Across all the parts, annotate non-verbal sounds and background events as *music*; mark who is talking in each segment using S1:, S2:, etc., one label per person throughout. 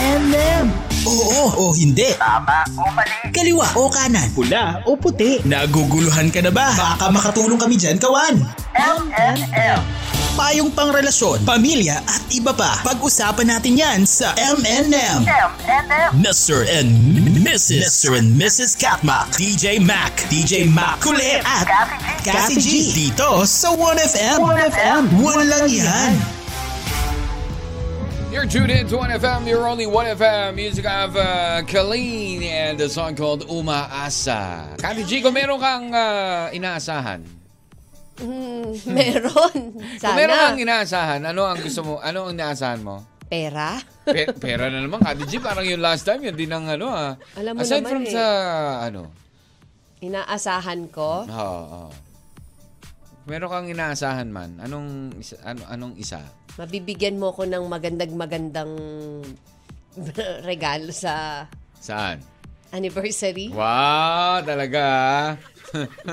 S1: M&M. Oo o hindi.
S2: Tama o mali.
S1: Kaliwa o kanan.
S3: Pula o puti.
S1: Naguguluhan ka na ba? Baka makatulong kami dyan, kawan.
S2: MNM.
S1: Payong pangrelasyon, pamilya at iba pa. Pag-usapan natin yan sa M&M.
S2: MNM.
S1: Mr. and Mrs. Mr. and Mrs. Katma. DJ Mac. DJ Mac. Kulit at Kathy
S2: Kathy G.
S1: G. Dito sa 1FM.
S3: 1FM.
S1: Walang yan.
S4: You're tuned in to 1FM, your only 1FM music of uh, Colleen and a song called Umaasa. Kati G, kung meron kang uh, inaasahan,
S5: Mm, *laughs* meron.
S4: kung meron
S5: Sana.
S4: kang inaasahan, ano ang gusto mo, ano ang inaasahan mo?
S5: Pera. *laughs*
S4: Pe- pera na naman, Kati G, parang yung last time, yun din ang ano ah.
S5: Alam mo
S4: Aside from
S5: naman eh.
S4: sa, ano,
S5: Inaasahan ko.
S4: oo, oo. Meron kang inaasahan man, anong isa, ano, anong isa?
S5: Mabibigyan mo ko ng magandang-magandang *laughs* regalo sa
S4: Saan?
S5: anniversary.
S4: Wow, talaga. ah.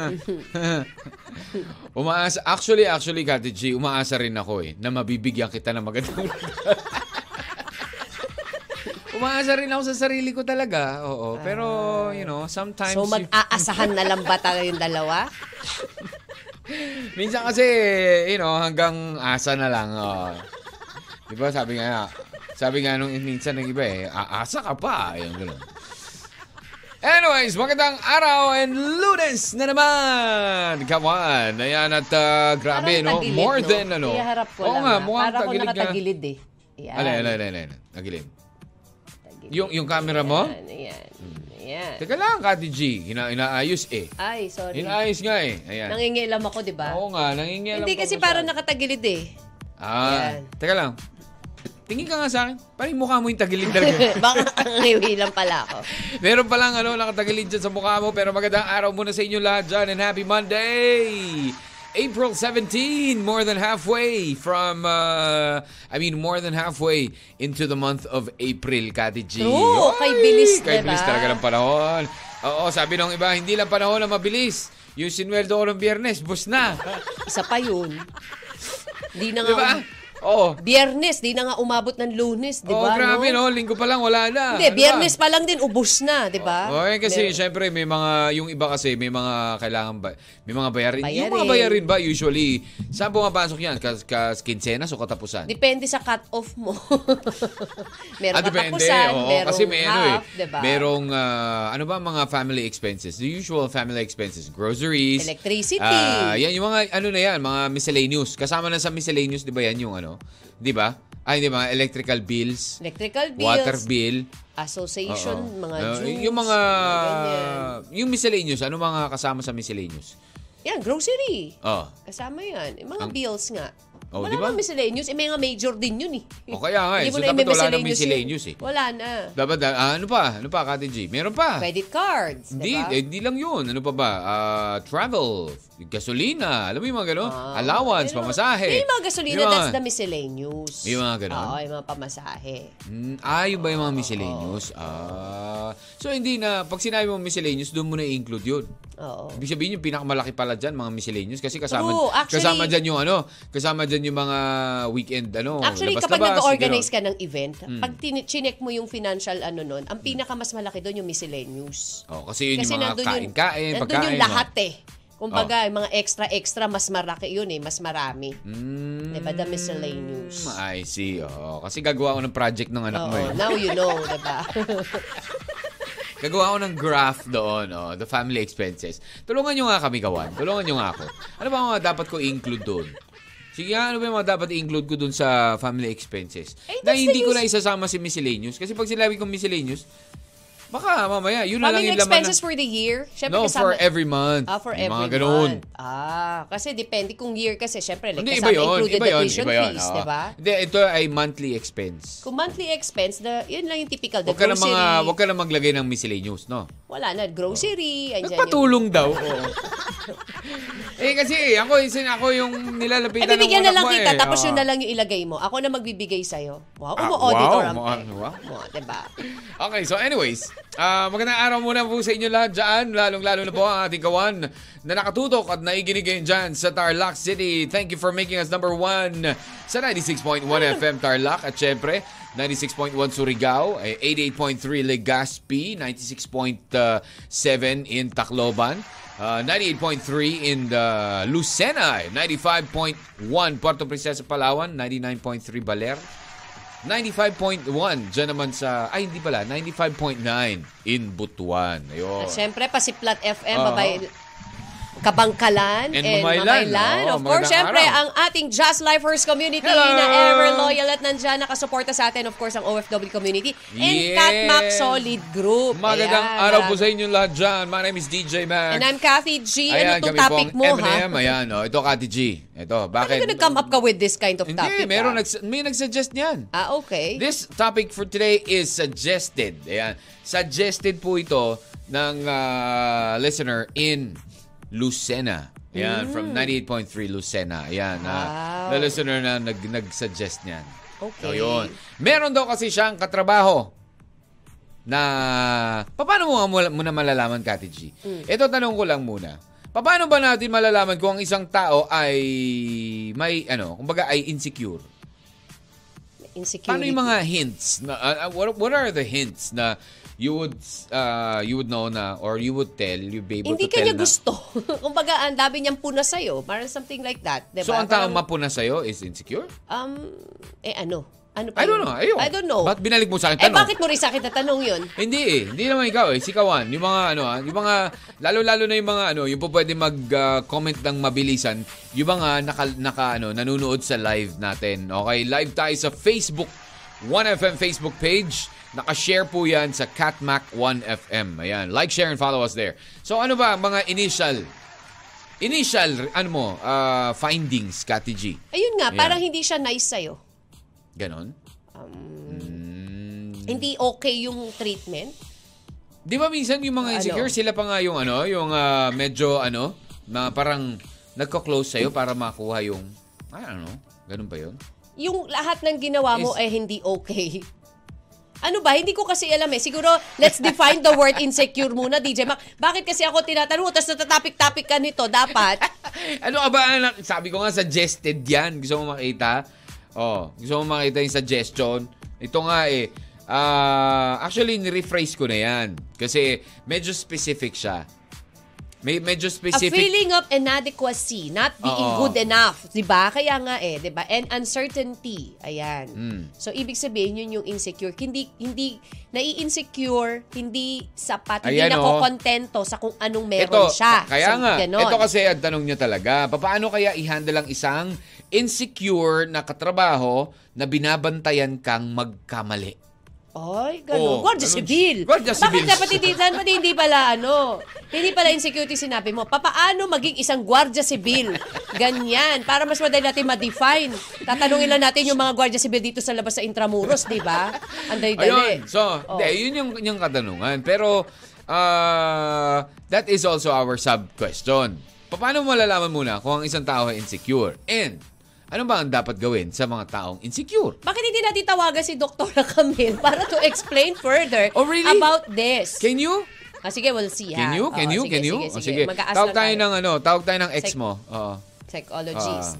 S4: *laughs* umaasa, actually, actually, Kati G, umaasa rin ako eh, na mabibigyan kita ng magandang *laughs* regalo. umaasa rin ako sa sarili ko talaga, oo. Pero, you know, sometimes...
S5: So
S4: you-
S5: mag-aasahan na lang ba tayo yung dalawa?
S4: *laughs* minsan kasi, eh, you know, hanggang asa na lang. oo. Di ba, sabi nga, sabi nga nung minsan ng iba eh, aasa ka pa. Ayun, ganun. Anyways, magandang araw and lunes na naman! Come on! Ayan at ah, grabe,
S5: Parang
S4: no?
S5: tagilid,
S4: More than ano.
S5: Kaya harap ko
S4: Oo
S5: lang.
S4: nga,
S5: ah.
S4: mukhang
S5: Para ko
S4: tagilid na.
S5: nakatagilid eh. Yan.
S4: Alay, alay, alay, alay. Tagilid.
S5: Tagilid.
S4: Yung, yung camera mo?
S5: Yan, yan. Yan.
S4: Teka lang, Kati G. Hina, inaayos eh.
S5: Ay, sorry.
S4: Inaayos nga eh. Ayan.
S5: Nangingilam ako, di ba?
S4: Oo nga, nangingialam
S5: Hindi
S4: ko
S5: kasi
S4: masyado.
S5: para nakatagilid eh. *laughs*
S4: Ah,
S5: Ayan.
S4: teka lang. Tingin ka nga sa akin. Parang mukha mo yung tagilid talaga.
S5: *laughs* Baka nangiwilan pala ako.
S4: Meron palang ano, nakatagilid dyan sa mukha mo. Pero magandang araw muna sa inyo lahat dyan. And happy Monday! April 17, more than halfway from, uh, I mean, more than halfway into the month of April, Kati G.
S5: True, kay
S4: Ay,
S5: bilis,
S4: Kay
S5: diba?
S4: bilis talaga ng panahon. Oo, sabi ng iba, hindi lang panahon na mabilis. Yung sinweldo ko ng biyernes, bus
S5: *laughs*
S4: na.
S5: Isa pa yun. Di na nga... um-
S4: Di ba? Diba? Oo.
S5: Biyernes, di na nga umabot ng lunes, di
S4: Oo,
S5: ba?
S4: grabe, no? Linggo pa lang, wala na.
S5: Diba,
S4: Ano
S5: Hindi,
S4: ba?
S5: biyernes pa lang din, ubus na, di ba?
S4: Okay, eh, kasi
S5: Mer-
S4: syempre may mga yung iba kasi may mga kailangan ba may mga bayarin. Yung mga
S5: Bayarin.
S4: bayarin ba usually saan pumapasok yan? Kas, kas kinsenas o katapusan?
S5: Depende sa cut-off
S4: *laughs*
S5: mo. meron
S4: Ah,
S5: katapusan,
S4: oo.
S5: merong
S4: kasi may ano eh.
S5: half, diba? di ba?
S4: Merong ah, ano ba ang mga family expenses? The usual family expenses, groceries,
S5: Electricity.
S4: ah, yan yung mga ano na yan, mga miscellaneous. Kasama na sa miscellaneous, 'di ba yan yung ano? 'Di ba? Ay, di ba? Electrical bills,
S5: Electrical bills,
S4: water bill,
S5: association,
S4: Oo.
S5: mga
S4: Ah,
S5: dues,
S4: Yung mga,
S5: ganyan.
S4: yung miscellaneous, ano mga kasama sa miscellaneous?
S5: Yan, grocery.
S4: Oh.
S5: Kasama yan. Yung mga
S4: Ang-
S5: bills nga.
S4: Oh,
S5: wala
S4: di ba?
S5: nga miscellaneous. Eh, may mga major din yun eh.
S4: O, kaya nga eh.
S5: Hindi mo
S4: So,
S5: na
S4: dapat
S5: yung
S4: wala na
S5: miscellaneous yun.
S4: miscellaneous eh.
S5: Wala na.
S4: Dapat, ah, ano pa? Ano pa, Kati G? Meron pa.
S5: Credit
S4: Ah.
S5: cards,
S4: Hindi,
S5: di ba?
S4: eh, di lang yun. Ano pa ba? Ah, travel, gasolina, alam mo yung mga gano'n? Allowance,
S5: Pero,
S4: pamasahe.
S5: Ah, Yung mga gasolina,
S4: Yung mga-
S5: that's the miscellaneous.
S4: Yung mga ganon?
S5: Oo, yung mga pamasahe.
S4: Mm, ah, yun ba yung mga miscellaneous? Ah. So, hindi na, pag sinabi mo miscellaneous, doon mo na i-include yun.
S5: Oo.
S4: Ibig sabihin yung pinakamalaki pala dyan, mga miscellaneous. Kasi kasama,
S5: True, actually-
S4: kasama dyan yung ano, kasama dyan yung mga weekend, ano,
S5: Actually,
S4: labas-labas, Hmm.
S5: kapag nag-organize
S4: ganun.
S5: ka ng event, pag tin- chinek mo yung financial ano nun, ang pinakamas malaki doon yung miscellaneous.
S4: Oh, kasi yun yung mga
S5: nandun
S4: kain-kain, pagkain. oh.
S5: nandun yung
S4: mga-
S5: lahat eh. Kung baga, yung mga extra-extra, mas maraki yun eh, mas marami.
S4: Mm,
S5: Diba, the miscellaneous.
S4: I see. Oh, kasi gagawa ako ng project ng anak
S5: Oo,
S4: mo Ano eh.
S5: now you know, diba?
S4: *laughs* Gagawa ako ng graph doon, oh, the family expenses. Tulungan nyo nga kami gawan. Tulungan nyo nga ako. Ano ba ang mga dapat ko include doon? Sige nga, ano ba yung mga dapat i-include ko doon sa family expenses?
S5: Eh,
S4: na
S5: that's
S4: hindi
S5: the
S4: ko na isasama si miscellaneous. Kasi pag sinabi kong miscellaneous, baka mamaya, yun na lang
S5: Family
S4: yung laman
S5: expenses
S4: na...
S5: for the year? Syempre,
S4: No, for
S5: kasama-
S4: every month.
S5: Ah, for
S4: Yung
S5: every
S4: mga ganun.
S5: month. Ah, kasi depende kung year kasi, syempre, like,
S4: Hindi, iba
S5: kasama
S4: yun.
S5: included
S4: Iba yun.
S5: tuition
S4: Iba yun.
S5: fees,
S4: oo.
S5: di ba?
S4: Hindi, ito ay monthly expense.
S5: Kung monthly expense, the, yun lang yung typical. The
S4: Huwag ka na
S5: grocery,
S4: mga, huwag ka na maglagay ng miscellaneous, no?
S5: wala na, grocery. andyan
S4: Nagpatulong daw.
S5: *laughs*
S4: Oo. eh kasi ako, isin ako yung
S5: Yung, eh,
S4: nilalapitan ng
S5: bibigyan na
S4: utak
S5: lang
S4: mo
S5: kita,
S4: eh.
S5: tapos
S4: Oo.
S5: yun na lang yung ilagay mo. Ako na magbibigay sa'yo. Wow,
S4: Ah,
S5: umu-auditor
S4: wow,
S5: ang diba?
S4: wow,
S5: pay.
S4: wow.
S5: Mo, di ba?
S4: Okay, so anyways, Ah, magandang araw muna po sa inyo lahat dyan, lalong-lalo na po ang ating kawan na nakatutok at naiginig ngayon dyan sa Tarlac City. Thank you for making us number one sa 96.1 FM Tarlac at syempre 96.1 Surigao, eh, 88.3 Legazpi, 96.7 in Tacloban, ah, 98.3 in the Lucena, eh, 95.1 Puerto Princesa Palawan, 99.3 Baler, 95.1 dyan naman sa, ay hindi pala, 95.9 in Butuan. Ayun.
S5: At syempre, Pasiplat FM,
S4: Oo.
S5: babay, Kabangkalan
S4: And
S5: and,
S4: Mamaylan.
S5: Mamaylan.
S4: Oo,
S5: of course,
S4: magandang
S5: syempre,
S4: araw.
S5: ang ating Just Lifers community
S4: Hello!
S5: na ever loyal at nandyan nakasuporta sa atin. Of course, ang OFW community and
S4: Yes.
S5: Catmac Solid Group.
S4: Magandang
S5: Ayan,
S4: araw po
S5: marami.
S4: sa inyo lahat dyan. My name is DJ Max.
S5: And I'm Kathy G.
S4: Ayan,
S5: ano itong
S4: kami
S5: topic
S4: pong
S5: mo, ha?
S4: M&M. Ayan, oh. ito Kati G. Ito,
S5: Bakit
S4: bakit?
S5: ka nag-come up ka with this kind of
S4: Hindi,
S5: topic?
S4: meron,
S5: ah?
S4: nags- may nagsuggest niyan.
S5: Ah, okay.
S4: This topic for today is suggested. Ayan. Suggested po ito ng ah, listener in Lucena. Ayan, from 98.3 Lucena. Ayan, ah,
S5: Mm. Wow.
S4: the listener na nag nag-suggest niyan. So,
S5: Okay.
S4: yun. Meron daw kasi siyang katrabaho na paano mo nga mula- muna malalaman Kati G?
S5: Hmm.
S4: Ito tanong ko lang muna. Paano ba natin malalaman kung ang isang tao ay may ano, kumbaga ay insecure?
S5: Insecurity.
S4: Paano yung mga hints na uh, uh, what, what are the hints na you would uh, you would know na or you would tell you be able to
S5: Hindi
S4: tell
S5: kanya
S4: na-
S5: gusto. *laughs* Kumbaga, ang dami niyang puna sa'yo. Parang something like that. Diba?
S4: So ang taong
S5: Parang-
S4: mapuna sa iyo is insecure?
S5: Um, eh ano? Ano
S4: I
S5: pa
S4: don't
S5: yun?
S4: know. Ayun.
S5: I don't know.
S4: Ba't binalik mo sa akin
S5: eh,
S4: tanong?
S5: bakit mo rin sa akin tatanong yun?
S4: Hindi eh. Hindi naman ikaw eh. Sikawan. Yung mga ano ah. Yung mga, lalo-lalo na yung mga ano, yung po pwede mag-comment ng mabilisan. Yung mga naka, naka ano, nanonood sa live natin. Okay? Live tayo sa Facebook. 1FM Facebook page. Naka-share po yan sa Catmac 1FM. Ayan. Like, share, and follow us there. So ano ba ang mga initial initial ano mo ah, findings Kati G
S5: Ayun nga,
S4: Yeah.
S5: parang hindi siya nice sa'yo.
S4: ganon Hmm. Mm.
S5: Hindi okay yung treatment.
S4: Di ba minsan yung mga insecure,
S5: Ano?
S4: sila pa nga yung ano, yung ah, medyo ano, na parang nagko-close sa'yo para makuha yung, I don't know, ganun ba yun? *laughs*
S5: Yung lahat ng ginawa mo
S4: Is-
S5: eh hindi okay. Ano ba? Hindi ko kasi alam eh. Siguro, let's define the word insecure muna, DJ Mac. Bakit kasi ako tinatanong, mo, tapos natatapik-tapik ka nito, dapat.
S4: Ano ka ba, anak? Sabi ko nga, suggested yan. Gusto mo makita? Oh, gusto mo makita yung suggestion? Ito nga eh, ah, actually, nirephrase ko na yan. Kasi medyo specific siya. May, medyo
S5: A
S4: specific.
S5: feeling of inadequacy, not being
S4: Oo.
S5: good enough. 'di ba? Kaya nga eh, 'di ba? And uncertainty. Ayan.
S4: Hmm.
S5: So, ibig sabihin, yun yung insecure. Hindi, hindi, nai-insecure, hindi
S4: Ayan,
S5: sapat, hindi
S4: oh.
S5: nakokontento sa kung anong meron siya.
S4: Kaya
S5: So,
S4: nga,
S5: ganon.
S4: ito kasi ang tanong niya talaga. Paano kaya i-handle ang isang insecure na katrabaho na binabantayan kang magkamali?
S5: Ay, gano'n.
S4: Oo,
S5: Guardia
S4: ganon.
S5: Civil.
S4: Guardia
S5: Bakit
S4: Civil.
S5: dapat hindi, saan pati hindi pala, ano, hindi pala insecurity sinabi mo. Papaano maging isang Guardia Civil? Ganyan. Para mas madali natin ma-define. Tatanungin lang natin yung mga Guardia Civil dito sa labas sa Intramuros, di ba? Ang dali-dali.
S4: Ayun. So,
S5: Oh.
S4: de, yun yung, yung katanungan. Pero, ah, that is also our sub-question. Paano mo malalaman muna kung ang isang tao ay insecure? And, ano ba ang dapat gawin sa mga taong insecure?
S5: Bakit hindi natin tawagan si Dr. Camille para to explain further
S4: Oh, really?
S5: about this?
S4: Can you?
S5: ah, sige, we'll see. ha?
S4: Can you? Can
S5: Oo,
S4: you?
S5: sige,
S4: Can you?
S5: Sige,
S4: Oh,
S5: sige. Mag-aas
S4: Tawag
S5: lang
S4: tayo ng ano, tawag tayo ng ex
S5: Psych-
S4: mo. Oo.
S5: Psychologies.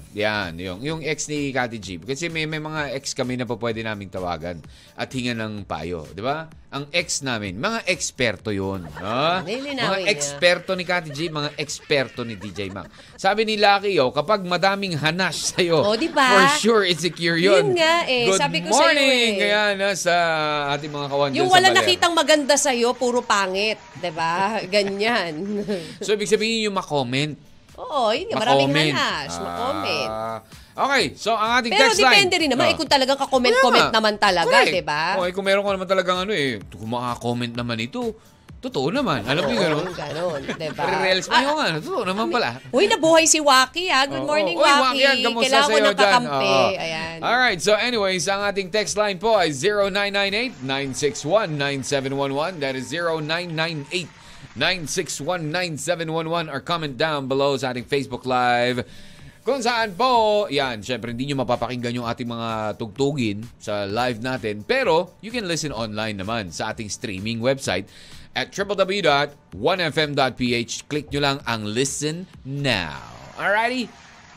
S4: Ah, yan, yung, yung ex ni Kati G. Kasi may, may mga ex kami na pa pwede naming tawagan at hinga ng payo. Di ba? Ang ex namin, mga eksperto yun.
S5: *laughs*
S4: Ah,
S5: Nilinawin
S4: mga
S5: niya.
S4: eksperto ni Kati G, mga eksperto ni DJ Mac. Sabi ni Lucky, oh, kapag madaming hanas sa'yo,
S5: O, Oh, di ba?
S4: for sure, insecure yun.
S5: Yun nga eh,
S4: Good
S5: sabi ko sa'yo
S4: morning!
S5: eh.
S4: Ayan, ah, sa ating mga kawan
S5: Yung
S4: dyan sa
S5: wala
S4: Baler.
S5: nakitang maganda sa'yo, puro pangit. 'di ba? *laughs* Ganyan. *laughs*
S4: So, ibig sabihin yung makomment.
S5: Oo, yun nga. Maraming
S4: Makomment.
S5: hanas.
S4: Ah,
S5: Makomment.
S4: okay, so ang ating
S5: Pero
S4: text line.
S5: depende rin naman.
S4: Ah.
S5: Eh, kung talagang
S4: Kaya
S5: ka-comment-comment
S4: nga.
S5: naman talaga, diba?
S4: Correct. Oh,
S5: di ba?
S4: Okay, kung meron ka naman talagang ano eh, kung makakomment naman ito, totoo naman. Alam mo yung gano'n?
S5: Ganon, di ba?
S4: Re-reels mo yung ano, totoo naman pala.
S5: Uy, nabuhay si Waki, ha? Ah, Good
S4: Oo,
S5: morning,
S4: oo. Uy,
S5: Waki.
S4: yan, kamusta
S5: Kailangan ko
S4: sa'yo
S5: ng kakampi.
S4: Oo.
S5: Ayan.
S4: Alright, so anyways, ang ating text line po ay 0998-961-9711. That is 0998-961-9711. Or comment down below sa ating Facebook Live Kung saan po, yan, syempre hindi nyo mapapakinggan yung ating mga tugtugin sa live natin. Pero you can listen online naman sa ating streaming website at www.1fm.ph. Click nyo lang ang Listen Now. Alrighty?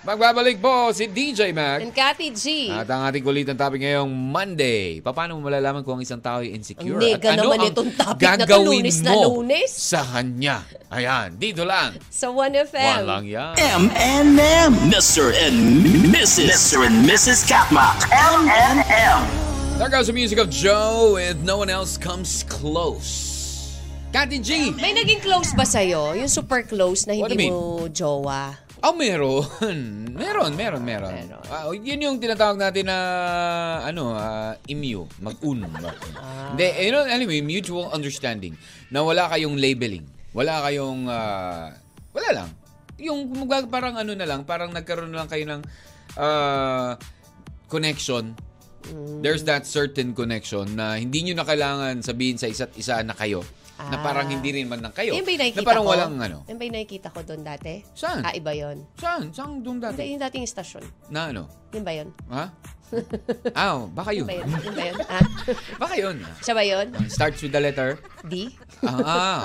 S4: Magbabalik po si DJ Mac.
S5: And Cathy G.
S4: At ang ating kulit ng topic ngayong Monday. Paano mo malalaman kung ang isang tao ay insecure?
S5: Ang
S4: At
S5: nega
S4: ano
S5: naman
S4: ang
S5: itong topic na to,
S4: gagawin
S5: lunes na
S4: mo
S5: lunes?
S4: sa kanya? Ayan, dito lang.
S5: Sa 1FM.
S4: Walang yan.
S1: M and M. Mr. and Mrs. Mr. and Mrs. Katma. M and M.
S4: There goes the music of Joe with No One Else Comes Close. Kati G!
S5: May naging close ba sa'yo? Yung super close na
S4: What do
S5: hindi
S4: you
S5: mo jowa?
S4: Oh, meron. *laughs* Meron, meron, meron. Ah, yun yung tinatawag natin na, ano, ah, IMU. Mag-unong.
S5: Ah.
S4: Hindi, eh, you know, anyway, mutual understanding. Na wala kayong labeling. Wala kayong, ah, wala lang. Yung kumbaga, parang ano na lang, parang nagkaroon na lang kayo ng ah, connection.
S5: Mm.
S4: There's that certain connection na hindi nyo na kailangan sabihin sa isa't isa na kayo. Na parang hindi rin man lang kayo.
S5: Yung Ah. ba yung
S4: na
S5: nakikita
S4: parang
S5: ko?
S4: walang ano.
S5: Yung ba yung nakikita ko doon dati?
S4: Saan?
S5: Ah, iba yun.
S4: Saan? Saan doon
S5: Yung, ba-
S4: dati?
S5: yung dating estasyon.
S4: Na ano?
S5: Yun ba yun?
S4: Ha? Ah, baka yun.
S5: Yun ba yun? Yun ba yun? Ah?
S4: Baka yun.
S5: Siya ba yun?
S4: Starts with the letter.
S5: D?
S4: Ah, ah.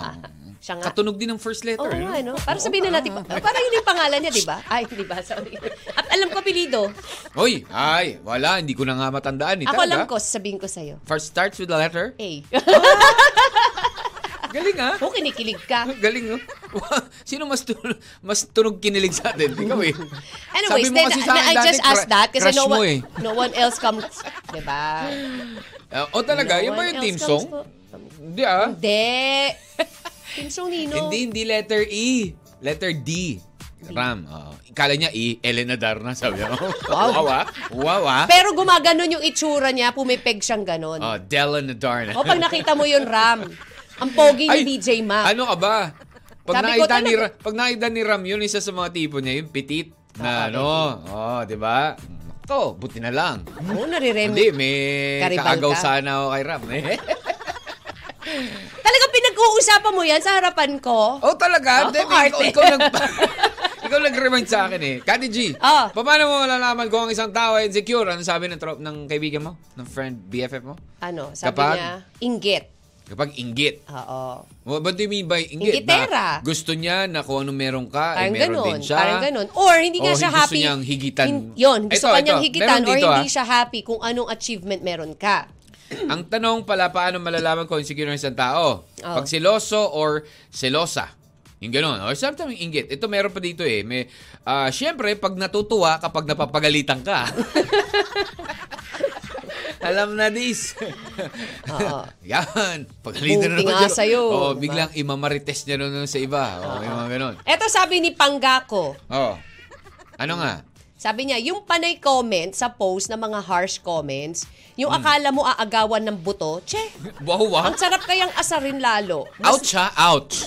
S5: Siya nga.
S4: Katunog din ng first letter. eh.
S5: Oo
S4: no?
S5: nga, no? Para sabihin na natin, pa- parang yun yung pangalan niya, di ba? Ay, di ba? Sorry. At alam ko, apelido.
S4: Hoy, ay, wala. Hindi ko na nga matandaan. Eh.
S5: eh. Ako
S4: Talaga?
S5: alam ko, sabihin ko sa'yo.
S4: First starts with the letter.
S5: A. *laughs*
S4: Galing ah.
S5: Kung kinikilig ka.
S4: Galing no? *laughs* Sino mas tunog, mas tunog kinilig sa atin? Ikaw eh. Sabi
S5: Anyways,
S4: mo
S5: then,
S4: kasi sa akin
S5: I, I just
S4: dati,
S5: asked
S4: cru-
S5: that kasi
S4: crush
S5: no
S4: mo
S5: one,
S4: eh.
S5: no one else comes, di ba?
S4: Ah, o talaga,
S5: No
S4: yun ba
S5: one
S4: yung
S5: else
S4: theme
S5: comes
S4: song?
S5: to-
S4: Hindi ah.
S5: Hindi. *laughs* Team song Nino.
S4: Hindi, hindi letter E. Letter D. Ram. oo. Kala niya E. Elena Darna, sabi niya. *laughs* wow. ah. Wow ah.
S5: Pero gumaganon yung itsura niya, pumipeg siyang ganon.
S4: Oh, Della Nadarna.
S5: o pag nakita mo yun, Ram, ang pogi ni DJ Mac.
S4: Ano ka ba? Pag
S5: Sabi ko
S4: nakita ni
S5: talaga-
S4: Ra- pag nakita ni Ram, yun isa sa mga tipo niya, yung petit na
S5: Ah,
S4: ano. Oh, 'di ba? Ko, buti na lang.
S5: Oo, narirem.
S4: Ano? Hindi, may
S5: Karibal
S4: kaagaw
S5: ka?
S4: sana ako kay Ram. Eh. *laughs*
S5: Talagang pinag-uusapan mo yan sa harapan ko.
S4: oh, talaga?
S5: Oh,
S4: Hindi, may- ikaw,
S5: arte.
S4: ikaw nag... *laughs* ikaw nag-remind sa akin eh. Kati G,
S5: Oh.
S4: paano mo malalaman kung ang isang tao ay insecure? Ano sabi ng, trop, ng kaibigan mo? Ng friend, BFF mo?
S5: Ano, sabi
S4: Kapag-
S5: niya, inggit.
S4: Kapag inggit.
S5: Oo.
S4: What do you mean by inggit?
S5: Inggitera.
S4: Na gusto niya na kung ano meron ka, eh,
S5: Parang
S4: meron
S5: ganon.
S4: din siya.
S5: Parang ganon. Or hindi
S4: O
S5: nga siya
S4: gusto
S5: happy.
S4: niyang higitan.
S5: yun, gusto
S4: Ito,
S5: ka niyang
S4: ito.
S5: higitan
S4: Meron
S5: or
S4: dito,
S5: hindi
S4: ah.
S5: siya happy kung anong achievement meron ka.
S4: Ang tanong pala, paano malalaman kung insecure ng isang tao?
S5: Oh.
S4: Pag seloso or selosa. Yung ganon. Or sometimes yung inggit. Ito meron pa dito eh. May, ah, Siyempre, pag natutuwa, kapag napapagalitan
S5: *laughs*
S4: ka. Alam na this.
S5: Oo.
S4: *laughs* Yan. Pagalitan
S5: Buti
S4: naman
S5: nga
S4: yun.
S5: sa'yo,
S4: Oh,
S5: diba?
S4: biglang imamarites niya nun sa iba. Oh, yung mga ganon.
S5: Eto sabi ni Pangako.
S4: Oh. Ano nga?
S5: Sabi niya, yung panay comment sa post ng mga harsh comments, yung
S4: Hmm.
S5: akala mo aagawan ng buto, che,
S4: Wow, wow.
S5: ang sarap kayang asarin lalo. Mas,
S4: Ouch ha? Ouch.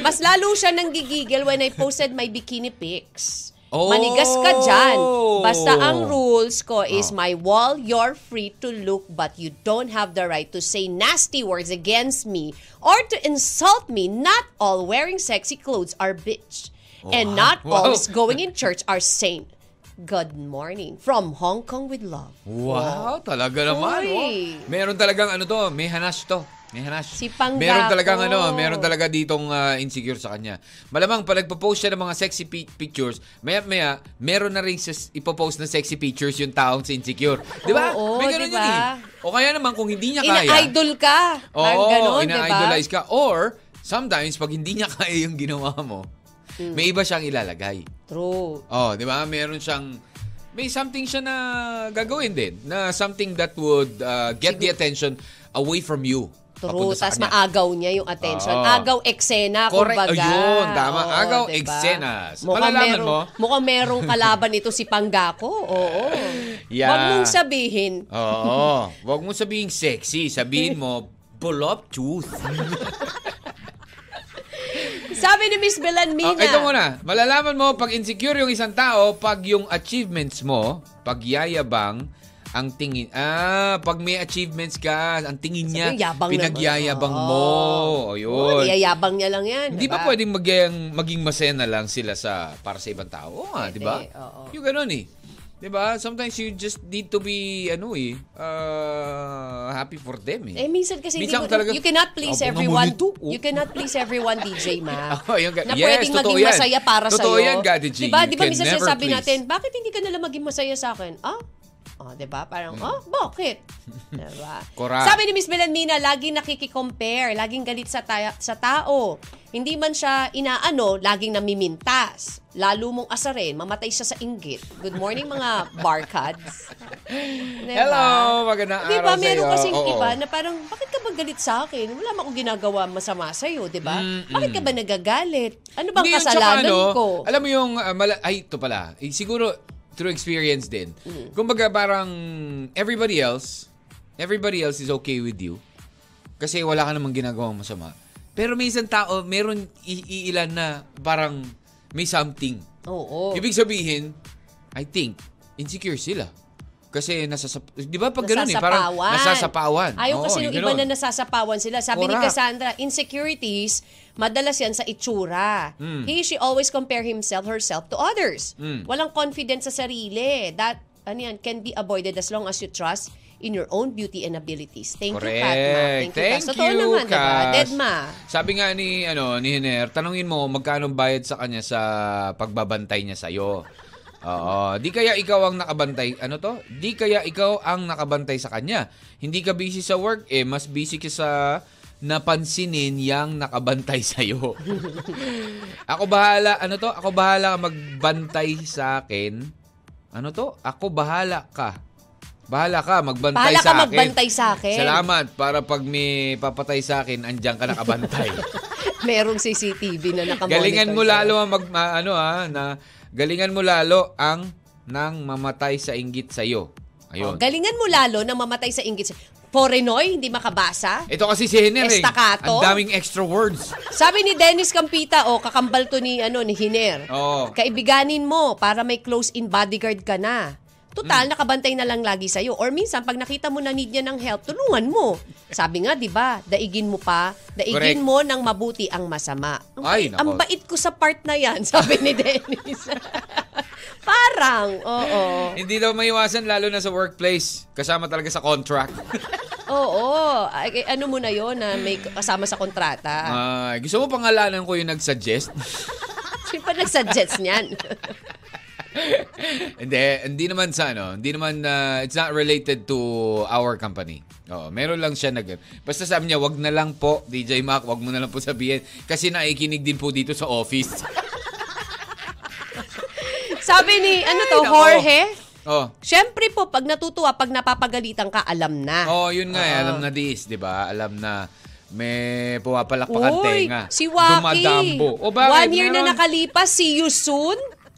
S5: mas lalo siya nanggigigil when I posted my bikini pics.
S4: Oh.
S5: Manigas ka dyan. Basta ang rules ko is
S4: Ah.
S5: my wall, you're free to look but you don't have the right to say nasty words against me or to insult me. Not all wearing sexy clothes are bitch.
S4: Oh, wow.
S5: and not all
S4: Wow.
S5: is going in church are saint. Good morning from Hong Kong with love.
S4: Wow, talaga naman.
S5: Uy.
S4: Oh. Meron talagang ano to, may hanas to. May hanas.
S5: Si Pangako.
S4: Meron talagang ano, meron talaga ditong ah, insecure sa kanya. Malamang pag nagpo-post siya ng mga sexy pi- pictures, maya maya, meron na rin sis- ipopost na sexy pictures yung taong si insecure. Di ba?
S5: Oo,
S4: may ganun
S5: di
S4: yun
S5: ba?
S4: eh. O kaya naman kung hindi niya kaya.
S5: Ina-idol ka. Parang diba?
S4: Oo,
S5: ganun, di ba?
S4: ina-idolize ka. Or, sometimes, pag hindi niya kaya yung ginawa mo,
S5: Mm.
S4: may iba siyang ilalagay.
S5: True.
S4: Oh, di ba? Meron siyang may something siya na gagawin din na something that would uh, get the attention away from you.
S5: True.
S4: Papunta sa
S5: Tapos
S4: kanya.
S5: maagaw niya yung attention.
S4: Oo.
S5: Agaw eksena,
S4: Correct.
S5: kumbaga.
S4: Ayun, tama.
S5: Oo,
S4: Agaw
S5: diba?
S4: eksenas.
S5: Mukhang
S4: Malalaman
S5: merong,
S4: mo.
S5: Mukhang merong kalaban ito si Pangako. Oo.
S4: Yeah.
S5: Huwag mong sabihin.
S4: Oo. Huwag mo sabihin sexy. Sabihin mo, bulop tooth.
S5: Sabi ni Miss
S4: Oh,
S5: Belanmina.
S4: ito muna. Malalaman mo pag insecure yung isang tao, pag yung achievements mo, pag yayabang, ang tingin. Ah, pag may achievements ka, ang tingin niya,
S5: Sabi, yabang naman.
S4: pinagyayabang mo. O,
S5: Oh,
S4: yun.
S5: iyayabang niya lang yan. diba?
S4: Hindi ba pwedeng maging, maging masena lang sila sa para sa ibang tao? Oo nga, di ba?
S5: Pwede, oo.
S4: Yung ganun eh. Di ba? Sometimes you just need to be, ano eh, uh, happy for them eh.
S5: Eh, minsan kasi
S4: Minsan
S5: hindi mo,
S4: talaga-
S5: you cannot please
S4: Ako nga
S5: everyone.
S4: muna ito, oh.
S5: You cannot please everyone, DJ
S4: *laughs*
S5: Ma.
S4: Oh, yun ka-
S5: na
S4: Yes,
S5: pwedeng
S4: totoo
S5: maging
S4: yan.
S5: masaya para sa
S4: Totoo
S5: sa'yo.
S4: yan, Gadi G.
S5: Diba?
S4: You
S5: Diba
S4: can
S5: minsan
S4: never
S5: sinasabi
S4: please.
S5: natin, bakit hindi ka nalang maging masaya sa akin? Ah? Oh, diba? Parang, oh,
S4: *laughs*
S5: bakit? Diba?
S4: Hmm. Correct.
S5: Sabi ni Miss Melanmina, laging nakikikompare, laging galit sa, taya- sa tao. Hindi man siya inaano, laging namimintas. Lalo mong asarin, mamatay siya sa inggit. Good morning mga barkads. Diba?
S4: *laughs* Hello, magandang
S5: Di
S4: araw
S5: ba,
S4: sa'yo.
S5: meron kasing
S4: Oo.
S5: iba na parang, bakit ka ba galit sa akin? Wala naman akong ginagawa masama sa'yo, di ba?
S4: Mm-mm.
S5: Bakit ka ba nagagalit? Ano bang
S4: Hindi, tsaka
S5: kasalanan
S4: ano,
S5: ko?
S4: Alam mo yung, ah, mala- ay, ito pala. Eh, siguro, through experience din.
S5: Mm.
S4: Kumbaga parang everybody else, everybody else is okay with you. Kasi wala ka namang ginagawang masama. Pero may isang tao, meron i- iilan na parang may something.
S5: Oo.
S4: Ibig sabihin, I think, insecure sila. Kasi nasasap... Di ba pag ganun eh? Parang
S5: Nasasapawan.
S4: nasasapawan.
S5: Ayaw
S4: Oo,
S5: kasi
S4: yung
S5: yung iba
S4: ganun.
S5: na nasasapawan sila. Sabi ni
S4: Correct.
S5: Cassandra, insecurities, madalas yan sa itsura. He, she always compare himself, herself to others.
S4: Mm.
S5: Walang confidence sa sarili. That, ano yan, can be avoided as long as you trust in your own beauty and abilities. Thank you, Kat, Ma.
S4: Correct.
S5: Thank you, Cass. Totoo naman, diba? di ba?
S4: Cass.
S5: Dead, Ma.
S4: Sabi nga ni, ano, ni Hiner, tanungin mo magkano bayad sa kanya sa pagbabantay niya sa'yo. Oo. Di kaya ikaw ang nakabantay, ano to? Di kaya ikaw ang nakabantay sa kanya. Hindi ka busy sa work, eh, mas busy ka sa napansinin yang nakabantay *laughs* sa'yo. ako bahala, ano to? Ako bahala ka magbantay sa akin. Ano to? Ako bahala ka. Bahala ka magbantay sa
S5: Bahala ka
S4: akin.
S5: magbantay sa akin.
S4: Salamat para pag may papatay sa akin, andiyan ka nakabantay.
S5: *laughs* Merong CCTV na nakamonitor.
S4: galingan mo
S5: sa'yo.
S4: lalo ang mag ma- ano ha, na galingan mo lalo ang nang mamatay sa inggit sa iyo. Ayun.
S5: Oh, galingan mo lalo na mamatay sa inggit. sa'yo. Porenoy, hindi makabasa.
S4: Ito kasi si Henry. Ang
S5: Estaccato?
S4: daming extra words.
S5: Sabi ni Dennis Campita, o oh, kakambal to ni, ano, ni Hiner.
S4: Oo.
S5: Kaibiganin mo para may close-in bodyguard ka na.
S4: Mm.
S5: Total, nakabantay na lang lagi sa'yo. Or minsan, pag nakita mo na need niya ng help, tulungan mo. Sabi nga, di ba, daigin mo pa,
S4: Correct.
S5: daigin mo ng mabuti ang masama. Ang,
S4: Ay,
S5: bait- ang
S4: nako.
S5: bait ko sa part na yan, *laughs* sabi ni Dennis. *laughs* Parang, oo.
S4: Hindi daw maiwasan lalo na sa workplace. Kasama talaga sa contract.
S5: Oo. Ay, ano mo na yon na may kasama sa kontrata.
S4: Ah, gusto mo pangalanan ko yung nag-suggest? Ah.
S5: Sino pa nagsuggest niyan? *laughs*
S4: *laughs* hindi, hindi naman sa ano, hindi naman, ah, it's not related to our company. Oo, meron lang siya nag... Basta sabi niya, wag na lang po, DJ Mac, wag mo na lang po sabihin. Kasi nakikinig din po dito sa office. *laughs*
S5: Sabi ni, ano to,
S4: nako.
S5: Jorge?
S4: oh,
S5: Siyempre po, pag natutuwa, pag napapagalitan ka, alam na.
S4: oh, yun nga, eh, alam
S5: Ah.
S4: na this, di ba? Alam na may pumapalakpak ang
S5: Uy,
S4: tenga.
S5: si Waki.
S4: Dumadambo. O bakit?
S5: One year na
S4: Meron?
S5: nakalipas. See you soon.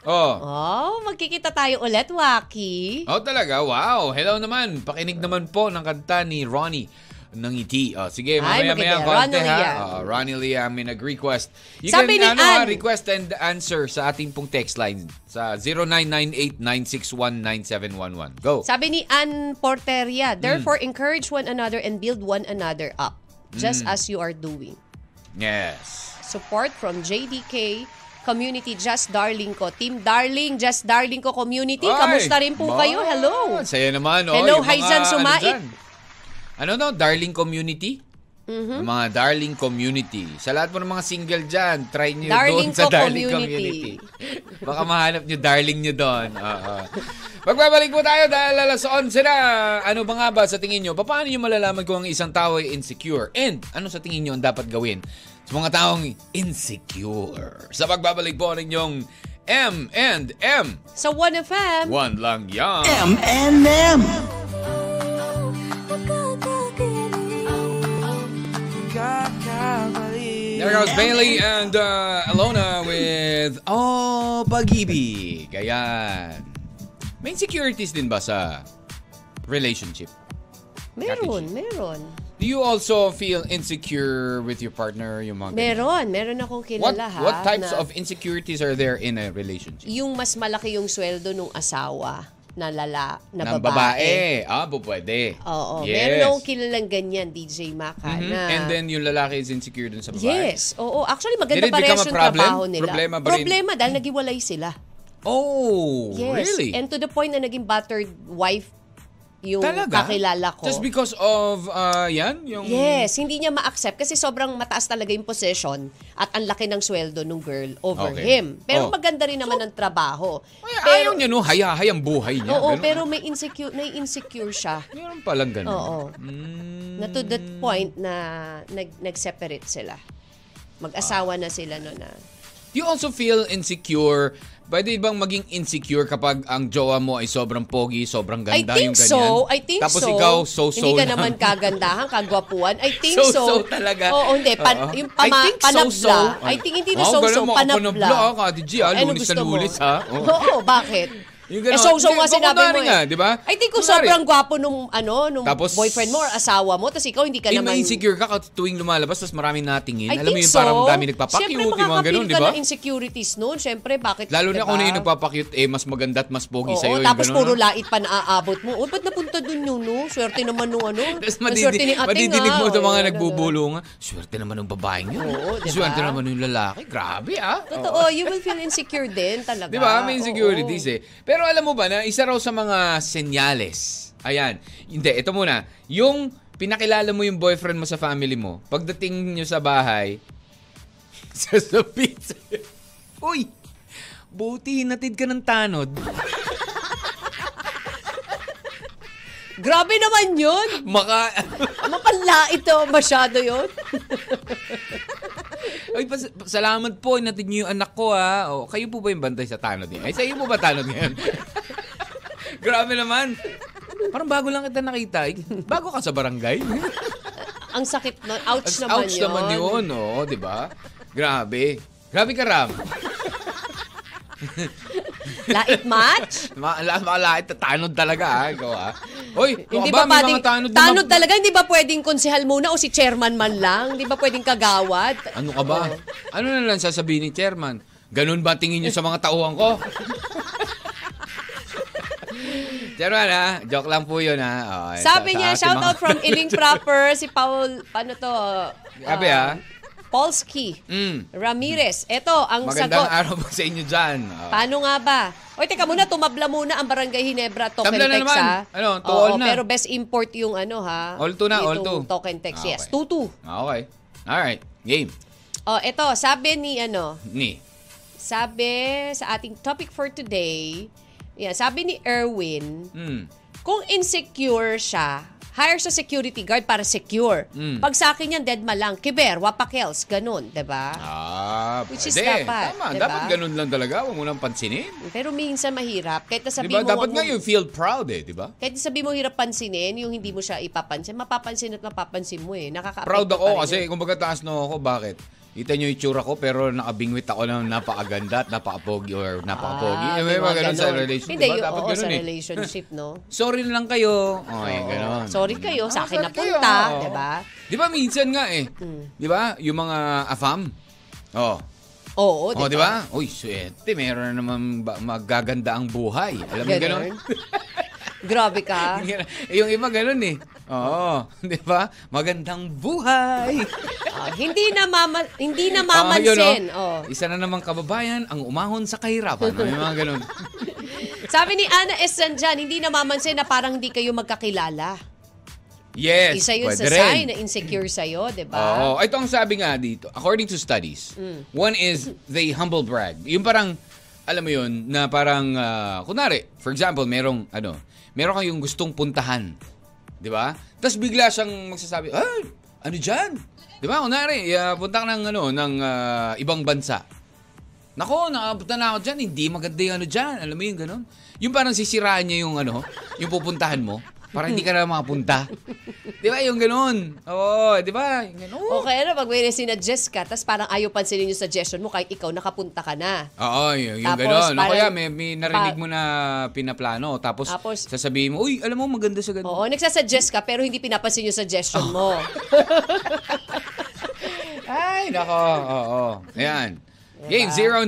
S4: Oh.
S5: Oh, magkikita tayo ulit, Waki.
S4: Oh, talaga? Wow. Hello naman. Pakinig naman po ng kanta ni Ronnie ng ngiti. Oh, sige,
S5: Ay,
S4: mamaya-maya
S5: maganda.
S4: konti
S5: Ronnie
S4: ha.
S5: Liang.
S4: Oh, Ronnie Liang may nag-request. You
S5: Sabi ni
S4: can ano, ha,
S5: Ann.
S4: request and answer sa ating pong text line sa 0998-961-9711. Go.
S5: Sabi ni Ann
S4: Hmm.
S5: Porteria, Therefore, encourage one another and build one another up, just
S4: Hmm.
S5: as you are doing.
S4: yes.
S5: Support from JDK, Community Just Darling ko. Team Darling, Just Darling ko Community.
S4: Ay,
S5: Kamusta rin po
S4: ma-
S5: kayo? Hello.
S4: Saya naman. Oh,
S5: Hello,
S4: yung mga,
S5: Haizan
S4: Ano,
S5: Sumait.
S4: dyan? ano no? Darling Community?
S5: Mm-hmm.
S4: Yung Mga darling community. Sa lahat po ng mga single dyan, try nyo
S5: Darling
S4: doon sa
S5: ko
S4: darling
S5: community.
S4: community. Baka mahanap nyo darling nyo doon. Oo. Magbabalik po tayo dahil alas 11 na. Ano ba nga ba sa tingin nyo? Paano nyo malalaman kung ang isang tao ay insecure? And ano sa tingin nyo ang dapat gawin sa mga taong insecure? Sa pagbabalik po ninyong M and M.
S5: Sa 1FM,
S4: One lang yan.
S1: M and M.
S4: There goes Bailey and uh, Alona with Oh, Pag-ibig. Ayan. May insecurities din ba sa relationship?
S5: meron, meron.
S4: Do you also feel insecure with your partner? Yung mga ganyan?
S5: Meron, meron akong
S4: What,
S5: kilala ha.
S4: what types
S5: na
S4: of insecurities are there in a relationship?
S5: Yung mas malaki yung sweldo nung asawa. na lala, na
S4: ng
S5: babae.
S4: babae. Ah, bu- pwede.
S5: Oo.
S4: Yes.
S5: Meron akong kilalang ganyan, DJ Maka,
S4: Mhm.
S5: na...
S4: And then yung lalaki is insecure dun sa babae.
S5: Yes. Oo. Actually,
S4: Did
S5: maganda
S4: it
S5: pa
S4: become a
S5: rin yung
S4: problem?
S5: trabaho nila.
S4: Problema ba rin?
S5: Problema dahil naghiwalay sila.
S4: Oh,
S5: Yes.
S4: really?
S5: And to the point na naging battered wife yung
S4: Talaga?
S5: kakilala ko.
S4: Just because of, ah, yan? Yung...
S5: Yes, hindi niya ma-accept kasi sobrang mataas talaga yung possession at ang laki ng sweldo ng girl over
S4: Okay.
S5: him.
S4: Oh.
S5: Pero maganda rin naman ang trabaho.
S4: Ay,
S5: Pero-
S4: ayaw niya, no? Hayahay ang buhay niya.
S5: Oo,
S4: Ganun.
S5: pero may insecure, may insecure siya.
S4: Meron palang ganun.
S5: Oo.
S4: Mm.
S5: Na to that point na nag, nag-separate sila. Mag-asawa na sila ah. no na.
S4: Do you also feel insecure? Pwede bang maging insecure kapag ang jowa mo ay sobrang pogi, sobrang ganda,
S5: I think
S4: yung ganyan?
S5: so. I think
S4: Tapos
S5: so.
S4: ikaw, so-so
S5: Hindi ka
S4: lang.
S5: naman
S4: *laughs*
S5: kagandahan, kagwapuan. I think so.
S4: So-so talaga.
S5: Oo, hindi.
S4: Oo.
S5: Pan, Yung pama,
S4: I think
S5: panabla.
S4: so-so.
S5: I think hindi na
S4: Wow,
S5: so-so.
S4: ganun mo,
S5: Panabla.
S4: panabla, ah, Kati G, ah,
S5: Ano
S4: lunis
S5: gusto
S4: na
S5: mo?
S4: lulis, ah. Oo.
S5: *laughs* Oo, bakit?
S4: Yung ganun.
S5: eh, so-so
S4: Hindi,
S5: nga sinabi
S4: kunwari
S5: mo eh.
S4: nga, di ba?
S5: I think kung
S4: Kunwari.
S5: sobrang gwapo nung, ano, nung
S4: Tapos-
S5: boyfriend mo or asawa mo, tapos ikaw hindi ka
S4: Eh,
S5: naman...
S4: na-insecure ka kat- tuwing lumalabas, tapos maraming natingin.
S5: I
S4: Alam mo
S5: think
S4: yung
S5: so.
S4: parang dami nagpapakyut,
S5: Siyempre,
S4: yung mga
S5: makaka-feel
S4: ganun, di
S5: ka
S4: ba?
S5: ng insecurities noon. Siyempre, bakit?
S4: Lalo na
S5: diba?
S4: kung ano yung nagpapakyut, eh, mas maganda at mas pogi
S5: Oo,
S4: sa'yo. yung
S5: tapos
S4: ganun,
S5: puro
S4: ah.
S5: lait pa naaabot mo. O, ba't napunta dun yun, no? Swerte naman nung ano.
S4: *laughs* *laughs* Tapos
S5: Ang
S4: madidi,
S5: swerte ni ating,
S4: madidinig mo
S5: ah.
S4: sa mga
S5: Oo,
S4: nagbubulungan. Swerte naman ng babaeng yun.
S5: Oo, di ba?
S4: Swerte naman ng lalaki. Grabe, ah.
S5: Totoo, you will feel insecure din talaga.
S4: Di ba? May insecurities
S5: Ah, Oo.
S4: eh. Pero alam mo ba na isa raw sa mga senyales. Ayan. Hindi, ito muna. Yung pinakilala mo yung boyfriend mo sa family mo, pagdating nyo sa bahay, *laughs* sasabihin sa'yo, Uy! Buti, natid ka ng tanod.
S5: Grabe naman yun.
S4: Maka... *laughs*
S5: Mapala ito. Masyado yun.
S4: Uy, pas- salamat po, natid nyo yung anak ko ah. O, kayo po ba yung bantay sa tanod niya? Ay, sa iyo po ba tanod ngayon? *laughs* Grabe naman. Parang bago lang kita nakita. eh. Bago ka sa barangay.
S5: Ang sakit nun. Ouch
S4: Ouch
S5: naman yun.
S4: naman yun, oo, di ba? Grabe. Grabe ka, Ram.
S5: Lait
S4: *laughs*
S5: match?
S4: Ma- la- Makalait, tanod talaga, ha? Ikaw, ha? Hoy,
S5: hindi
S4: hindi ba,
S5: ba,
S4: may
S5: pwedeng,
S4: mga tanod, na
S5: tanod
S4: mag-
S5: talaga, hindi ba pwedeng konsihal muna o si chairman man lang? Hindi ba pwedeng kagawad?
S4: Ano ka ba? Ano na lang sasabihin ni chairman? Ganun ba tingin niyo sa mga tauhan
S5: *laughs*
S4: ko? chairman, ha? Joke lang po yun, ha? Oh, sa-
S5: Sabi
S4: sa
S5: niya,
S4: ating
S5: shout out
S4: mga- *laughs*
S5: from Iling Proper, si Paul, ano to?
S4: Grabe,
S5: ah,
S4: ah.
S5: Polsky.
S4: Mm.
S5: Ramirez. Ito, ang
S4: Magandang
S5: sagot.
S4: araw po sa inyo dyan. Oh.
S5: Paano nga ba? Oy, teka muna, tumabla muna ang Barangay Hinebra Token
S4: Tabla na
S5: Text,
S4: naman.
S5: ha?
S4: Ano, to
S5: Oo,
S4: all na.
S5: Pero best import yung ano, ha?
S4: All to na, all
S5: Itong
S4: to.
S5: Token Text,
S4: Ah,
S5: yes.
S4: okay.
S5: Tutu.
S4: Okay. Alright. Game.
S5: Oh, ito, sabi ni ano,
S4: Ni.
S5: sabi sa ating topic for today, yeah, sabi ni Erwin,
S4: Hmm.
S5: kung insecure siya, hire sa security guard para secure.
S4: Mm.
S5: Pag sa akin yan, dead malang, kiber, wapakels, ganun, 'di ba?
S4: Ah,
S5: Which is
S4: pwede.
S5: dapat,
S4: Tama,
S5: diba?
S4: dapat ganun lang talaga. Huwag mo nang pansinin.
S5: Pero minsan mahirap. Kahit na sabi
S4: Diba?
S5: mo,
S4: Dapat
S5: wag mo-
S4: nga you feel proud eh, diba?
S5: Kahit sabi mo hirap pansinin, yung hindi mo siya ipapansin, mapapansin at mapapansin mo eh. Nakaka
S4: Proud ako kasi kumbaga taas no ako. Bakit? Kita nyo yung tsura ko pero nakabingwit ako ng napakaganda at napakapogi or
S5: Ah,
S4: napakapogi. Eh, may mga ganun sa relationship.
S5: diba? Hindi,
S4: diba?
S5: yung,
S4: Dapat
S5: oo,
S4: ganun
S5: sa
S4: eh.
S5: relationship,
S4: *laughs*
S5: no?
S4: Sorry na lang kayo. Oh, eh,
S5: Oo.
S4: ganun.
S5: Sorry kayo,
S4: Ah,
S5: sa akin
S4: sorry kayo,
S5: napunta, diba? Mm.
S4: oo.
S5: di ba?
S4: Di ba minsan nga eh. Di ba? Yung mga afam. Oh,
S5: Oo,
S4: Oh, di ba? Uy, swerte. Meron na naman ba- magaganda ang buhay. Alam mo
S5: Ganun.
S4: ganun? *laughs*
S5: Grabe ka.
S4: Yung ganun- yung iba ganun eh. Oo, di ba? Magandang buhay.
S5: Ah, hindi na mama, hindi
S4: Ah,
S5: na
S4: yun,
S5: *laughs* mamansin.
S4: oh.
S5: Oh.
S4: Isa na namang kababayan ang umahon sa kahirapan. May mga
S5: *laughs*
S4: ganun.
S5: Sabi ni Ana S. Sanjan, hindi na mamansin na parang hindi kayo magkakilala.
S4: Yes,
S5: Isa yun
S4: pwede
S5: sa
S4: rin.
S5: sign na insecure sa'yo, di ba?
S4: Oo. Ito ang sabi nga dito. According to studies, one is they humble brag. Yung parang, alam mo yun, na parang, ah, kunwari, for example, merong, ano, meron kayong gustong puntahan. Di ba? Tapos bigla siyang magsasabi, ah, ano dyan? Di ba? Kunwari, ah, punta ka ng, ano, ng ah, ibang bansa. Nako, nakapunta na ako dyan. Hindi maganda yung ano dyan. Alam mo yung ganun? Yung parang sisiraan niya yung ano, yung pupuntahan mo. Para hindi ka na makapunta. di ba? Yung ganun. Oo, di ba? Yung ganun.
S5: O kaya na pag may sinadjust ka, tapos parang ayaw pansinin yung suggestion mo kahit ikaw nakapunta ka na.
S4: Oo, yung, yung
S5: Tapos,
S4: ganun. O
S5: parang-
S4: kaya may, may narinig
S5: pa-
S4: mo na pinaplano. Tapos,
S5: Tapos-
S4: sasabihin mo, uy, alam mo, maganda sa ganun.
S5: Oo, nagsasuggest ka pero hindi pinapansin yung suggestion
S4: *laughs*
S5: mo.
S4: Ay, nako. Oo, oo. Ayan. Game
S5: Diba?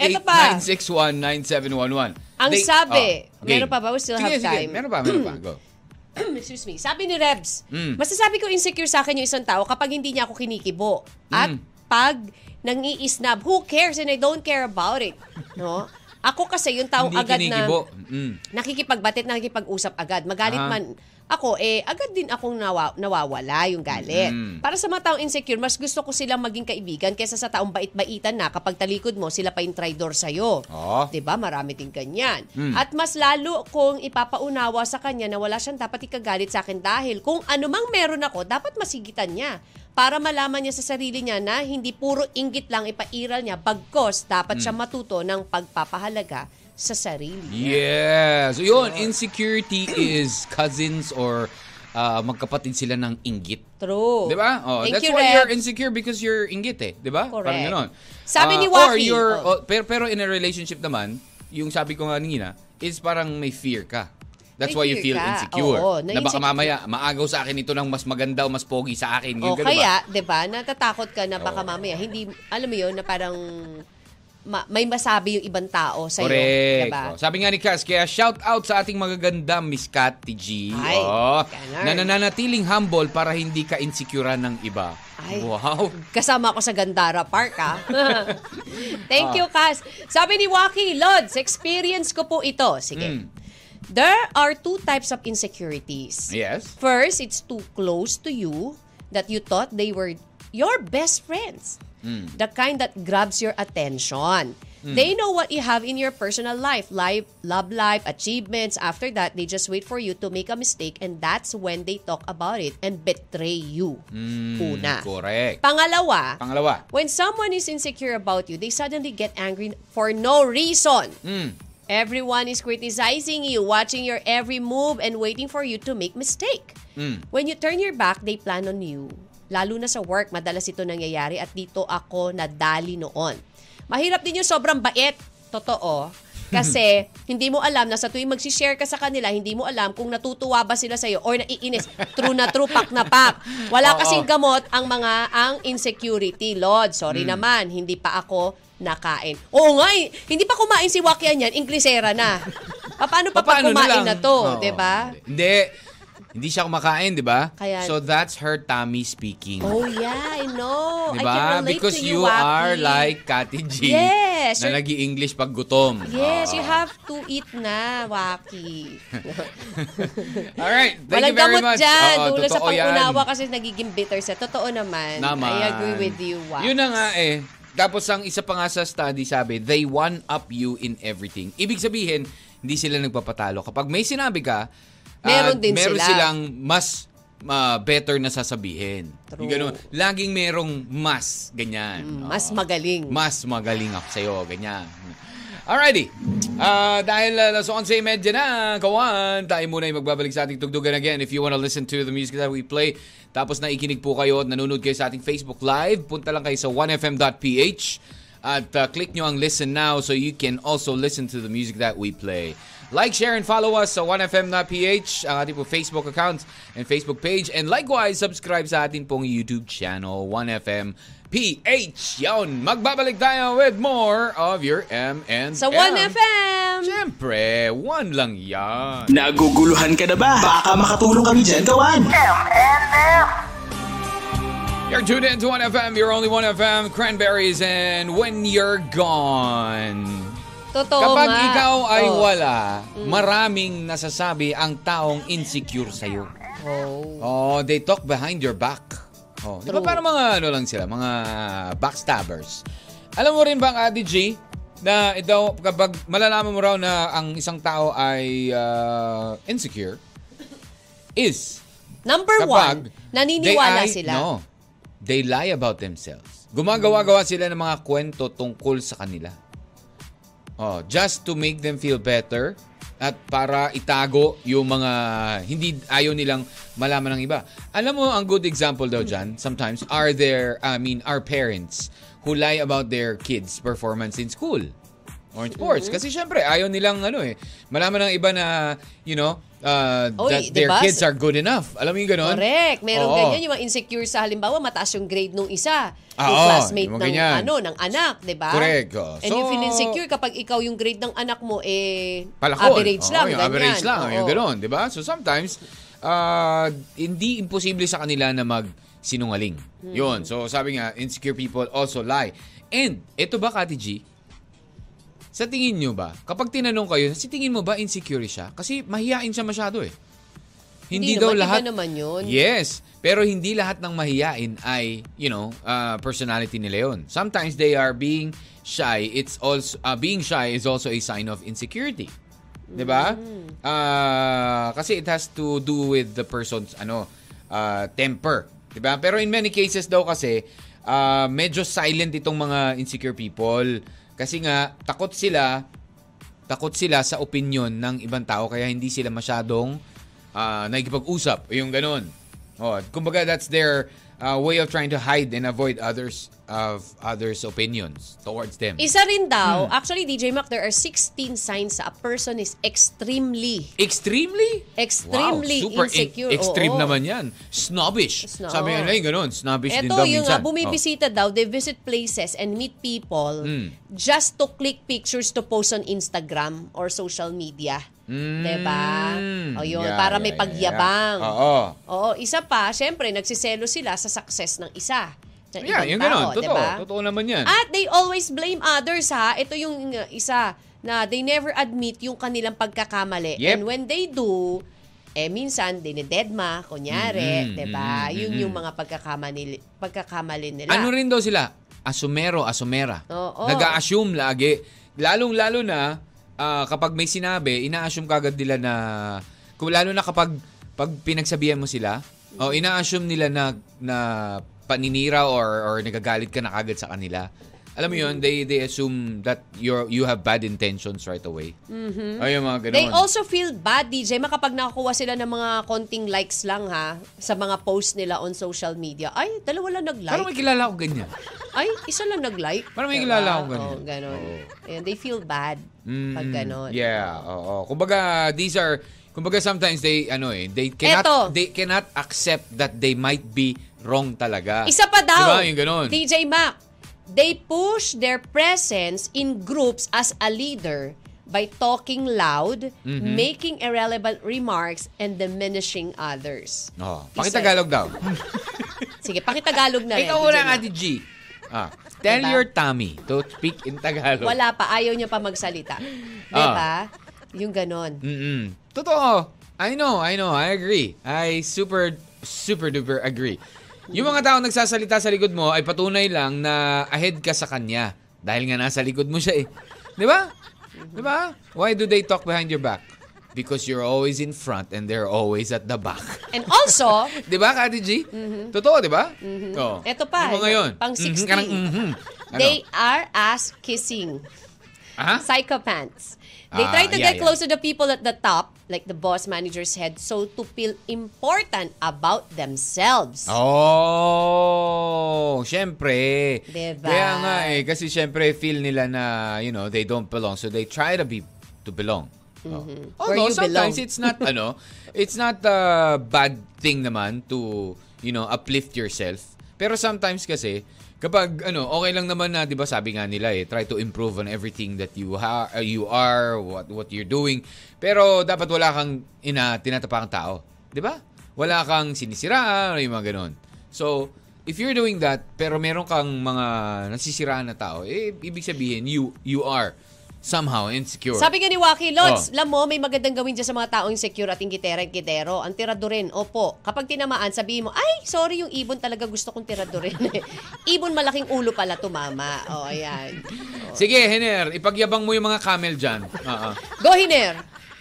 S5: Eto pa.
S4: 0998-961-9711.
S5: Ang
S4: They-
S5: sabi,
S4: oh, game.
S5: meron pa ba? We still
S4: Sige,
S5: have
S4: sige.
S5: time.
S4: Meron pa, meron pa. Go.
S5: Excuse me. Sabi ni Rebs,
S4: Mm.
S5: masasabi ko insecure sa akin yung isang tao kapag hindi niya ako kinikibo. At
S4: Mm.
S5: pag nangiisnab, who cares and I don't care about it. No? Ako kasi yung *clears throat* tao
S4: Hindi
S5: agad
S4: kinikibo.
S5: na
S4: Mm.
S5: nakikipagbatit, nakikipag-usap agad. Magalit
S4: Ah.
S5: man ako, eh, agad din akong nawa- nawawala yung galit.
S4: Mm.
S5: Para sa mga taong insecure, mas gusto ko silang maging kaibigan kaysa sa taong bait-baitan na kapag talikod mo, sila pa yung traitor sa'yo.
S4: Oo.
S5: 'Di ba? Marami din ganyan.
S4: Mm.
S5: At mas lalo kung ipapaunawa sa kanya na wala siyang dapat ikagalit sa akin dahil kung anumang meron ako, dapat masigitan niya para malaman niya sa sarili niya na hindi puro inggit lang ipairal niya bagkos dapat siya matuto ng pagpapahalaga sa sarili.
S4: Yes. So, yun, insecurity is cousins or ah, magkapatid sila ng inggit.
S5: True.
S4: Di ba? Oh,
S5: Thank
S4: that's
S5: you,
S4: why
S5: Rex.
S4: you're insecure because you're inggit eh. Di ba?
S5: Correct.
S4: Parang ganon.
S5: Sabi
S4: Ah,
S5: ni
S4: Or
S5: Waki,
S4: you're, oh,
S5: oh.
S4: pero, pero in a relationship naman, yung sabi ko nga kanina, is parang may fear ka. That's
S5: May
S4: why you
S5: fear
S4: feel
S5: ka.
S4: insecure.
S5: Oo,
S4: na baka
S5: na-insecure.
S4: mamaya, maagaw sa akin ito ng mas maganda o mas pogi sa akin. Yun,
S5: O
S4: ganun ba?
S5: Oh,
S4: Oh.
S5: kaya, 'di ba, natatakot ka na baka
S4: Oo.
S5: mamaya hindi alam mo 'yun na parang ma- may masabi yung ibang tao sa iyo,
S4: Correct.
S5: 'di ba?
S4: Oh, Sabi nga ni Cass, kaya shout out sa ating magaganda Miss Cathy G.
S5: Ay,
S4: oh,
S5: ganon.
S4: na nananatiling humble para hindi ka insecure ng iba.
S5: Ay.
S4: Wow.
S5: Kasama ko sa Gandara Park, ha?
S4: *laughs*
S5: Thank
S4: Oh.
S5: you, Cass. Sabi ni Waki, Lods, experience ko po ito.
S4: Hmm.
S5: Sige. There are two types of insecurities.
S4: Yes.
S5: First, it's too close to you that you thought they were your best friends.
S4: Hmm.
S5: The kind that grabs your attention. They know what you have in your personal life, life, love life, achievements. After that, they just wait for you to make a mistake and that's when they talk about it and betray you.
S4: Hmm,
S5: Una.
S4: Correct.
S5: Pangalawa,
S4: Pangalawa.
S5: when someone is insecure about you, they suddenly get angry for no reason.
S4: Hmm.
S5: Everyone is criticizing you, watching your every move and waiting for you to make mistake. When you turn your back, they plan on you. Lalo na sa work, madalas ito nangyayari at dito ako nadali noon. Mahirap din yung sobrang bait. Totoo. Kasi hindi mo alam na sa tuwing magsishare ka sa kanila, hindi mo alam kung natutuwa ba sila sa'yo or naiinis. True na true, pak na pak.
S4: Oo.
S5: Wala kasing gamot ang mga ang insecurity, Lord. Sorry
S4: Hmm.
S5: naman, hindi pa ako nakain. Oo nga, eh, hindi pa kumain si Wakian yan, Inglesera na. Pa- Paano pa pag
S4: Paano na
S5: kumain
S4: lang?
S5: na, to,
S4: Oo.
S5: 'di ba?
S4: Hindi. Hindi siya kumakain, di ba?
S5: Kaya-
S4: So that's her tummy speaking.
S5: Oh yeah, I know.
S4: Di
S5: I can
S4: ba?
S5: relate
S4: Because
S5: to
S4: you,
S5: you Waki.
S4: are like Cathy G.
S5: Yes,
S4: Na
S5: you're-
S4: nag-i-English pag gutom. Ah.
S5: Yes, you
S4: Oo.
S5: have to eat na, Waki.
S4: Alright, *laughs* thank
S5: Walang
S4: you very
S5: gamot
S4: much.
S5: dyan.
S4: Oo,
S5: Dulo sa
S4: totoo yan.
S5: pangunawa kasi nagiging bitter siya. Totoo naman.
S4: Naman.
S5: I agree with you, Wax.
S4: Yun na nga eh. Tapos ang isa pa nga sa study sabi, they one up you in everything. Ibig sabihin, hindi sila nagpapatalo. Kapag may sinabi ka, ah,
S5: Meron din
S4: meron
S5: sila.
S4: silang mas ah, better na sasabihin.
S5: True.
S4: Yung ganun. Laging merong mas, ganyan.
S5: Mm,
S4: Oo.
S5: Mas magaling.
S4: Mas magaling ako sa'yo, ganyan. Alrighty. Ah, dahil uh, las 11.30 na, kawan, tayo muna ay magbabalik sa ating tugtugan again. If you want to listen to the music that we play, tapos naikinig po kayo at nanonood kayo sa ating Facebook Live, punta lang kayo sa 1fm.ph at uh, click nyo ang listen now so you can also listen to the music that we play. Like, share, and follow us sa 1fm.ph, ang ating po uh, Facebook account and Facebook page. And likewise, subscribe sa ating pong YouTube channel, 1fm.ph. Yon, magbabalik tayo with more of your M&M.
S5: Sa 1FM!
S4: Siyempre, one lang yan.
S1: Naguguluhan ka na ba? Baka makatulong kami dyan, kawan.
S2: M&M.
S4: You're tuned in to 1FM, your only 1FM, Cranberries, and When You're Gone.
S5: Totoo
S4: Kapag
S5: nga.
S4: ikaw ay
S5: Oh.
S4: wala, maraming nasasabi ang taong insecure sa'yo.
S5: Oh.
S4: Oh, they talk behind your back. Oh, di ba
S5: True.
S4: parang mga ano lang sila, mga backstabbers. Alam mo rin ba, Ate G, na ito, kapag malalaman mo raw na ang isang tao ay ah, insecure, is
S5: Number
S4: kapag
S5: one,
S4: they
S5: naniniwala
S4: ay-
S5: sila.
S4: No, they lie about themselves. Gumagawa-gawa sila ng mga kwento tungkol sa kanila. Oh, just to make them feel better at para itago yung mga hindi ayaw nilang malaman ng iba. Alam mo ang good example daw dyan, sometimes are their I mean our parents who lie about their kids performance in school. Orange Sports.
S5: Mm-hmm.
S4: Kasi syempre, ayaw nilang ano eh. Malaman ng iba na, you know, uh,
S5: Oy, diba?
S4: that
S5: di
S4: their
S5: ba?
S4: kids are good enough. Alam mo yung ganun?
S5: Correct. Meron
S4: Oo.
S5: ganyan yung mga insecure sa halimbawa mataas yung grade nung isa, yung
S4: Oo,
S5: classmate
S4: Ah, oh, yung mga
S5: ng
S4: ganyan.
S5: ano ng anak, 'di ba?
S4: Correct, oo.
S5: And you
S4: So-
S5: feel insecure kapag ikaw yung grade ng anak mo eh
S4: Palakol.
S5: average
S4: Oo,
S5: lang,
S4: yung
S5: ganyan.
S4: average lang, yung
S5: Oo.
S4: ganun, di ba? So sometimes, uh, hindi imposible sa kanila na mag sinungaling.
S5: Hmm.
S4: Yun. So sabi nga, insecure people also lie. And, ito ba, Kati G? Sa tingin nyo ba, kapag tinanong kayo, sa tingin mo ba insecure siya? Kasi mahihain siya masyado eh. Hindi, daw
S5: naman, iba
S4: lahat.
S5: naman yun.
S4: Yes. Pero hindi lahat ng mahiyain ay, you know, uh, personality nila yun. Sometimes they are being shy. It's also, uh, being shy is also a sign of insecurity. 'Di ba? Ah, kasi it has to do with the person's ano, uh, temper. 'Di ba? Pero in many cases daw kasi, uh, medyo silent itong mga insecure people. Kasi nga, takot sila takot sila sa opinion ng ibang tao kaya hindi sila masyadong uh, nakikipag-usap. Yung ganun. Oh, kumbaga that's their ah, way of trying to hide and avoid others of others' opinions towards them.
S5: Isa rin
S4: Hmm.
S5: daw, actually DJ Mac, there are 16 signs that a person is extremely
S4: Extremely?
S5: Extremely
S4: wow, super in-
S5: insecure,
S4: extreme
S5: oo.
S4: naman yan. Snobbish.
S5: Snob.
S4: Sabi nga ngayon, ganun. Snobbish din
S5: Eto,
S4: daw
S5: yung
S4: minsan. Oh.
S5: ah, bumibisita daw, they visit places and meet people
S4: Hmm.
S5: just to click pictures to post on Instagram or social media.
S4: Mm.
S5: Diba? O
S4: Hmm.
S5: yun,
S4: Yeah,
S5: para
S4: yeah,
S5: may
S4: yeah,
S5: pagyabang.
S4: yeah. Oo.
S5: Oo, isa pa, syempre, nagsiselo sila sa success ng isa. Ng
S4: Yeah,
S5: ibang
S4: yung
S5: tao,
S4: ganun. Totoo.
S5: diba?
S4: Totoo naman yan.
S5: At they always blame others ha. Ito yung uh, isa na they never admit yung kanilang pagkakamali.
S4: Yep.
S5: And when they do, eh minsan dinededma, kunyari,
S4: Mm,
S5: 'di ba?
S4: mm,
S5: Yun
S4: mm,
S5: yung mga pagkakamali pagkakamali nila.
S4: Ano rin daw sila? Asumero, asumera.
S5: Oo.
S4: Nag-a-assume lagi. Lalong-lalo na ah, kapag may sinabi, ina-assume kagad nila na kung lalo na kapag pag pinagsabihan mo sila, o ina-assume nila na na paninira or or nagagalit ka na kagad sa kanila. Alam mo yun, they they assume that you you have bad intentions right away. Mm-hmm. Ayun, mga ganun.
S5: They also feel bad, DJ, makapag nakakuha sila ng mga konting likes lang ha sa mga post nila on social media. Ay, dalawa lang
S4: Parang
S5: nag-like.
S4: may kilala ko ganyan.
S5: Ay, isa lang nag-like.
S4: Parang may
S5: Diba?
S4: kilala akong ganun.
S5: Oo, ganun.
S4: Oo.
S5: Ayun, they feel bad pag ganun.
S4: Mm, Yeah, oo. Kumbaga, these are kumbaga sometimes they ano eh, they cannot
S5: Eto.
S4: they cannot accept that they might be wrong talaga.
S5: Isa pa daw.
S4: Diba? Yung ganun.
S5: DJ Mac, they push their presence in groups as a leader by talking loud,
S4: Mm-hmm.
S5: making irrelevant remarks, and diminishing others.
S4: Oh,
S5: Isa-
S4: pakitagalog daw.
S5: Sige, pakitagalog na
S4: *laughs*
S5: rin.
S4: Ikaw
S5: DJ
S4: wala
S5: Mac.
S4: nga G. Ah, tell
S5: Diba?
S4: your tummy to speak in Tagalog.
S5: Wala pa, ayaw niya pa magsalita.
S4: Ah.
S5: Diba? Yung ganon.
S4: Mm-mm. Hmm. Totoo. I know, I know. I agree. I super, super duper agree. Yung mga tao nagsasalita sa likod mo ay patunay lang na ahead ka sa kanya. Dahil nga nasa likod mo siya eh. Di ba? Di ba? Why do they talk behind your back? Because you're always in front and they're always at the back.
S5: And
S4: *laughs*
S5: also,
S4: Di ba, Kati G? Totoo, di ba? Oo.
S5: Mm-hmm. Eto pa, eh,
S4: Yung mga yun.
S5: pang
S4: Mhm,
S5: 60.
S4: Karang, mhm. Ano?
S5: they are as kissing.
S4: Aha?
S5: psychopaths. They
S4: Ah,
S5: try to
S4: yeah,
S5: get
S4: yeah.
S5: close to the people at the top, like the boss manager's head, so to feel important about themselves.
S4: Oh, syempre.
S5: Diba?
S4: Kaya nga eh, kasi syempre feel nila na, you know, they don't belong. So they try to be, to belong. Oh.
S5: Mm-hmm. Where
S4: Although
S5: you
S4: sometimes
S5: belong.
S4: it's not, ano, it's not a bad thing naman to, you know, uplift yourself. Pero sometimes kasi, kapag ano, okay lang naman na, 'di ba, sabi nga nila eh, try to improve on everything that you ha uh, you are, what what you're doing. Pero dapat wala kang ina tinatapakang tao, 'di ba? Wala kang sinisiraan, yung mga ganun. So, if you're doing that, pero meron kang mga nasisiraan na tao, eh, ibig sabihin, you you are somehow insecure.
S5: Sabi nga ni Waki Lods,
S4: Oh.
S5: alam mo, may magandang gawin dyan sa mga taong secure at ingitera at gitero. Ang tiradurin, opo. Kapag tinamaan, sabihin mo, ay, sorry, yung ibon talaga gusto kong tiradurin. *laughs* ibon malaking ulo pala tumama. O, oh, ayan.
S4: Sige, Hener, ipagyabang mo yung mga camel dyan. Oo.
S5: Go, Hiner!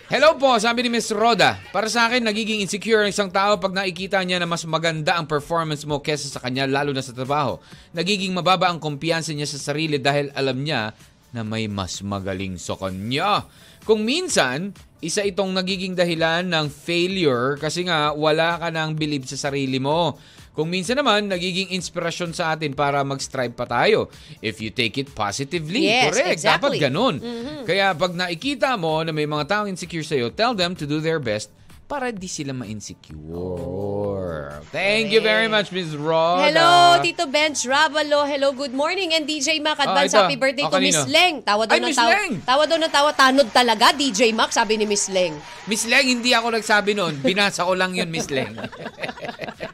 S4: Hello po, sabi ni Miss Roda. Para sa akin, nagiging insecure ang isang tao pag nakikita niya na mas maganda ang performance mo kesa sa kanya, lalo na sa trabaho. Nagiging mababa ang kumpiyansa niya sa sarili dahil alam niya na may mas magaling sa kanya. Kung minsan, isa itong nagiging dahilan ng failure kasi nga wala ka ng belief sa sarili mo. Kung minsan naman, nagiging inspirasyon sa atin para mag-strive pa tayo. If you take it positively.
S5: Yes,
S4: Correct. Dapat
S5: exactly.
S4: ganun. Kaya pag nakikita mo na may mga taong insecure sa'yo, tell them to do their best para di sila ma-insecure. Thank you very much, Ms. Rod.
S5: Hello,
S4: Ah,
S5: Tito Bench Ravalo. Hello, good morning. And DJ Mac, advance
S4: Ah, ito.
S5: happy birthday
S4: Ah,
S5: to Miss
S4: kanino?
S5: Leng. Tawa daw
S4: Ay,
S5: ng
S4: Miss
S5: tawa.
S4: Leng!
S5: Tawa daw ng tawa. Tanod talaga, DJ Mac, sabi ni Miss Leng.
S4: Miss Leng, hindi ako nagsabi noon. Binasa ko lang yun, Miss Leng. *laughs*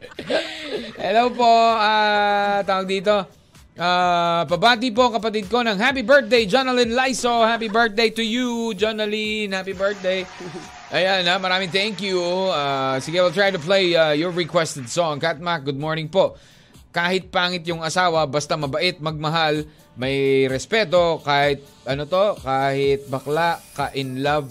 S4: Hello po, ah, tawag dito. Ah, pabati po kapatid ko ng happy birthday, Jonalyn Laiso. Happy birthday to you, Jonalyn. Happy birthday. Ayan, ah, maraming thank you. Ah, sige, we'll try to play ah, your requested song. Katmak, good morning po. Kahit pangit yung asawa, basta mabait, magmahal, may respeto, kahit ano to, kahit bakla, ka-in love,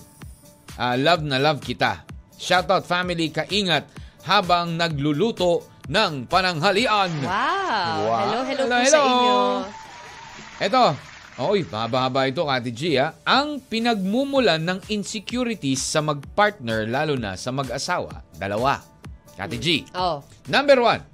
S4: Ah, love na love kita. Shoutout family, kaingat habang nagluluto ng pananghalian.
S5: Wow.
S4: Wow.
S5: Hello, hello,
S4: Hello,
S5: po sa
S4: hello.
S5: inyo.
S4: Eto, oy, haba-haba ito, Ate G, ah. Ang pinagmumulan ng insecurities sa magpartner, lalo na sa mag-asawa, dalawa. Ate G.
S5: Oh.
S4: Number one,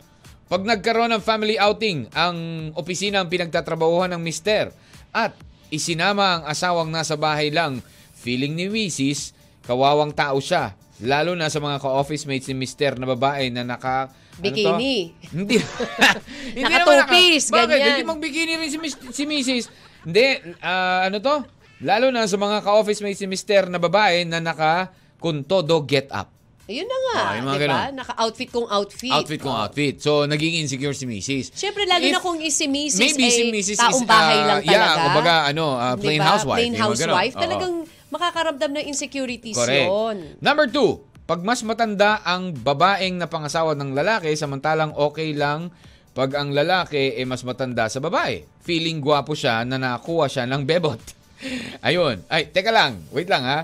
S4: pag nagkaroon ng family outing, ang opisina ang pinagtatrabahuhan ng mister at isinama ang asawang nasa bahay lang, feeling ni Mrs. kawawang tao siya. Lalo na sa mga ka-office mates ni mister na babae na naka... ano to?
S5: Bikini.
S4: Hindi. *laughs* hindi naman
S5: Nakatupis,
S4: naka- Bakit?
S5: ganyan.
S4: Hindi magbikini rin si, mis- si Mrs. Hindi, ah, ano to? Lalo na sa mga ka-office mates ni mister na babae na naka kuntodo get up.
S5: Ayun na nga,
S4: Oh, yung mga
S5: di ba?
S4: ganun.
S5: Naka-outfit kong outfit.
S4: Outfit kong outfit. So, naging insecure si Mrs.
S5: Siyempre, lalo
S4: If-
S5: na kung is si Mrs.
S4: Maybe
S5: ay
S4: si Mrs.
S5: taong
S4: is,
S5: bahay
S4: ah,
S5: lang talaga.
S4: Yeah, kumbaga, ano, ah,
S5: Di
S4: plain
S5: ba?
S4: housewife.
S5: Plain
S4: yung mga ganun.
S5: housewife.
S4: Oo.
S5: Talagang makakaramdam ng insecurities
S4: Correct.
S5: yun.
S4: Number two, pag mas matanda ang babaeng na pangasawa ng lalaki, samantalang okay lang pag ang lalaki ay mas matanda sa babae. Feeling gwapo siya na nakakuha siya ng bebot. *laughs* Ayun. Ay, teka lang. Wait lang ha.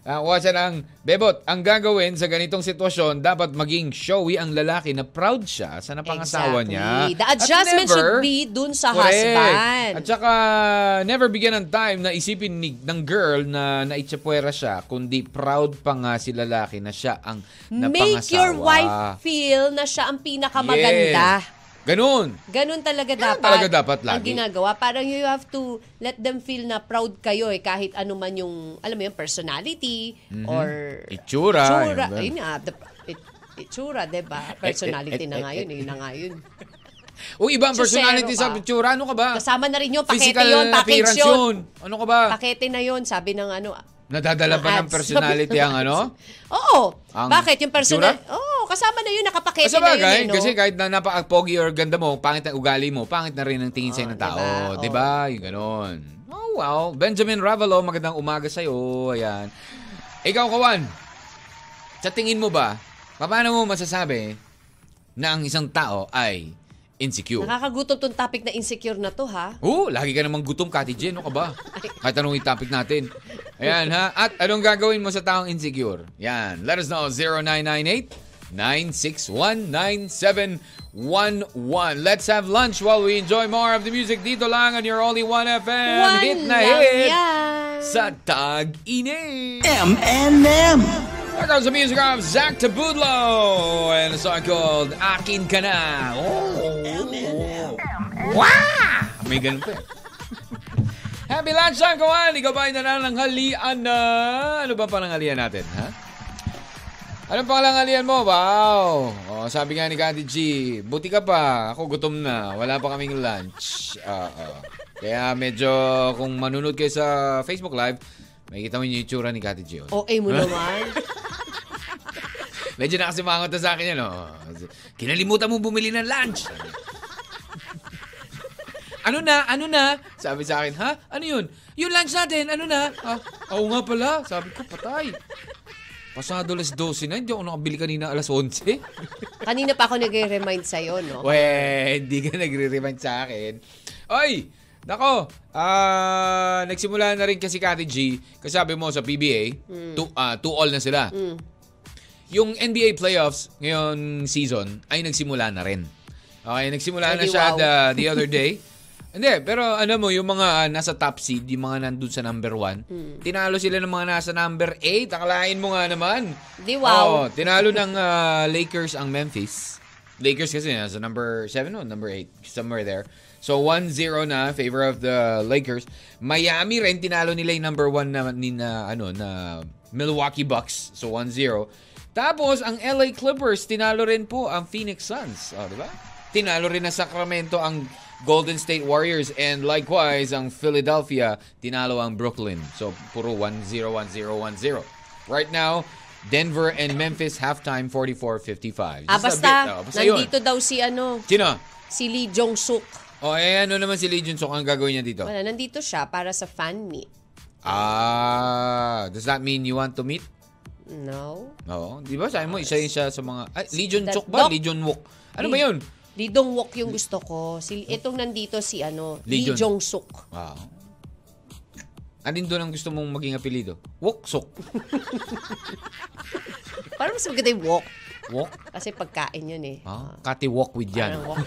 S4: Nakakuha siya ng bebot. Ang gagawin sa ganitong sitwasyon, dapat maging showy ang lalaki na proud siya sa napangasawa
S5: Exactly.
S4: niya.
S5: The
S4: At
S5: adjustment should
S4: never-
S5: be dun sa
S4: Correct.
S5: husband.
S4: At saka, never bigyan ng time na isipin ni, ng girl na naitsapwera siya, kundi proud pa nga si lalaki na siya ang napangasawa.
S5: Make your wife feel na siya ang pinakamaganda.
S4: Yes. Ganun.
S5: Ganun talaga dapat.
S4: talaga dapat
S5: Ang
S4: lagi.
S5: ginagawa. Parang you have to let them feel na proud kayo eh. Kahit ano man yung, alam mo yung personality or...
S4: Mm-hmm. Itsura.
S5: Itsura.
S4: Ayun ba? Eh,
S5: Ayun nga. The, it, itsura, diba? Personality na nga yun. Yun na nga
S4: *laughs*
S5: yun.
S4: O iba ang
S5: Chusero
S4: personality
S5: ka.
S4: sa picture. Ano ka ba?
S5: Kasama na rin yun. Pakete
S4: Physical
S5: yun. Package
S4: appearance
S5: yun.
S4: yun. Ano ka ba?
S5: Pakete na yun. Sabi ng ano...
S4: Nadadala
S5: ng
S4: ba ng
S5: ads. *laughs*
S4: personality
S5: Sabi ng
S4: ang ano?
S5: ads. Oo.
S4: Ang
S5: Bakit? Yung personal...
S4: itsura?
S5: Oo. kasama na yun. Nakapakete
S4: Kasi
S5: na yun. eh,
S4: bagay,
S5: no?
S4: kasi kahit na napaka-pogi or ganda mo, pangit ang ugali mo, pangit na rin ang tingin sa'yo ng
S5: diba?
S4: tao.
S5: Oh.
S4: Di ba? Yung ganon. Oh, wow. Benjamin Ravalo, magandang umaga sa'yo. Ayan. Ikaw, Kawan, sa tingin mo ba, paano mo masasabi na ang isang tao ay insecure?
S5: Nakakagutom tong topic na insecure na to, ha?
S4: Oo, lagi ka namang gutom, Kati Jen. Ano ka ba? Kahit anong topic natin. Ayan ha. At anong gagawin mo sa taong insecure? Yan. Let us know. 0998-961-9711. Let's have lunch while we enjoy more of the music dito lang on your only 1FM.
S5: One
S4: hit na
S5: lang
S4: hit
S5: yan.
S4: sa Tag-Init.
S1: M&M.
S4: There goes the music of Zach Tabudlo and a song called Akin Ka Na. Oh. Wah! May ganun pa. eh. Happy lunchtime, kawan! Ikaw ba ay nananghalian na? Ano ba pananghalian natin, ha? Ano pananghalian mo? Wow! Oh, sabi nga ni Kati G, buti ka pa. Ako gutom na. Wala pa kaming lunch. Ah, ah. Kaya medyo kung manunod kayo sa Facebook Live, makikita mo yung itsura ni Kati G. oh.
S5: Okay mo naman.
S4: Medyo nakasimangot na sa akin yan, oh. Kinalimutan mo bumili ng lunch. ano na? Ano na? Sabi sa akin, ha? Ano yun? Yung lunch natin, ano na? Ah, oo nga pala. Sabi ko, patay. Pasado alas 12 na, hindi ako nakabili kanina alas 11.
S5: Kanina pa ako nag-remind sa'yo, no?
S4: Weh, hindi ka nagre-remind sa akin. Oy! Nako, ah, nagsimula na rin kasi Kati G, kasi sabi mo sa PBA, to, ah, to all na sila. Yung NBA playoffs ngayong season ay nagsimula na rin. Okay, nagsimula na
S5: Ay,
S4: siya
S5: wow.
S4: the, the other day. Hindi, pero ano mo, yung mga ah, nasa top seed, yung mga nandun sa number one, tinalo sila ng mga nasa number eight. Akalain mo nga naman.
S5: Di, wow.
S4: Oo, Oh, tinalo ng ah, Lakers ang Memphis. Lakers kasi nasa number seven o number eight, somewhere there. So 1-0 na favor of the Lakers. Miami rin tinalo nila yung number one na, ni na, ano, na Milwaukee Bucks. So 1-0. Tapos ang LA Clippers tinalo rin po ang Phoenix Suns. Oh, di ba? Tinalo rin ng Sacramento ang Golden State Warriors and likewise ang Philadelphia tinalo ang Brooklyn. So puro 1-0 1-0 1-0. Right now, Denver and Memphis halftime 44-55. Just a
S5: Ah, basta,
S4: bit, oh, basta
S5: nandito
S4: yun.
S5: daw si ano,
S4: Sino?
S5: si Lee Jong-suk.
S4: O, eh, ano naman si Lee Jun Suk? Ang gagawin niya dito?
S5: Wala, nandito siya para sa fan meet.
S4: Ah, does that mean you want to meet?
S5: No?
S4: Oo. Di ba? Sabi mo, isa yun siya sa mga... Ay, Lee Jun
S5: That
S4: Suk ba?
S5: dog.
S4: Lee Jun Wook. Ano ba yun?
S5: Lee Dong-wook yung gusto ko. Si, itong nandito si ano,
S4: Lee
S5: Lee,
S4: Jong-
S5: Jong-suk.
S4: Wow. Alin doon ang gusto mong maging apelido? Wook Suk.
S5: Parang mas maganda yung walk. *laughs*
S4: Wook?
S5: Kasi pagkain yun eh.
S4: Ah, Kati Wook with Jan.
S5: Parang walk.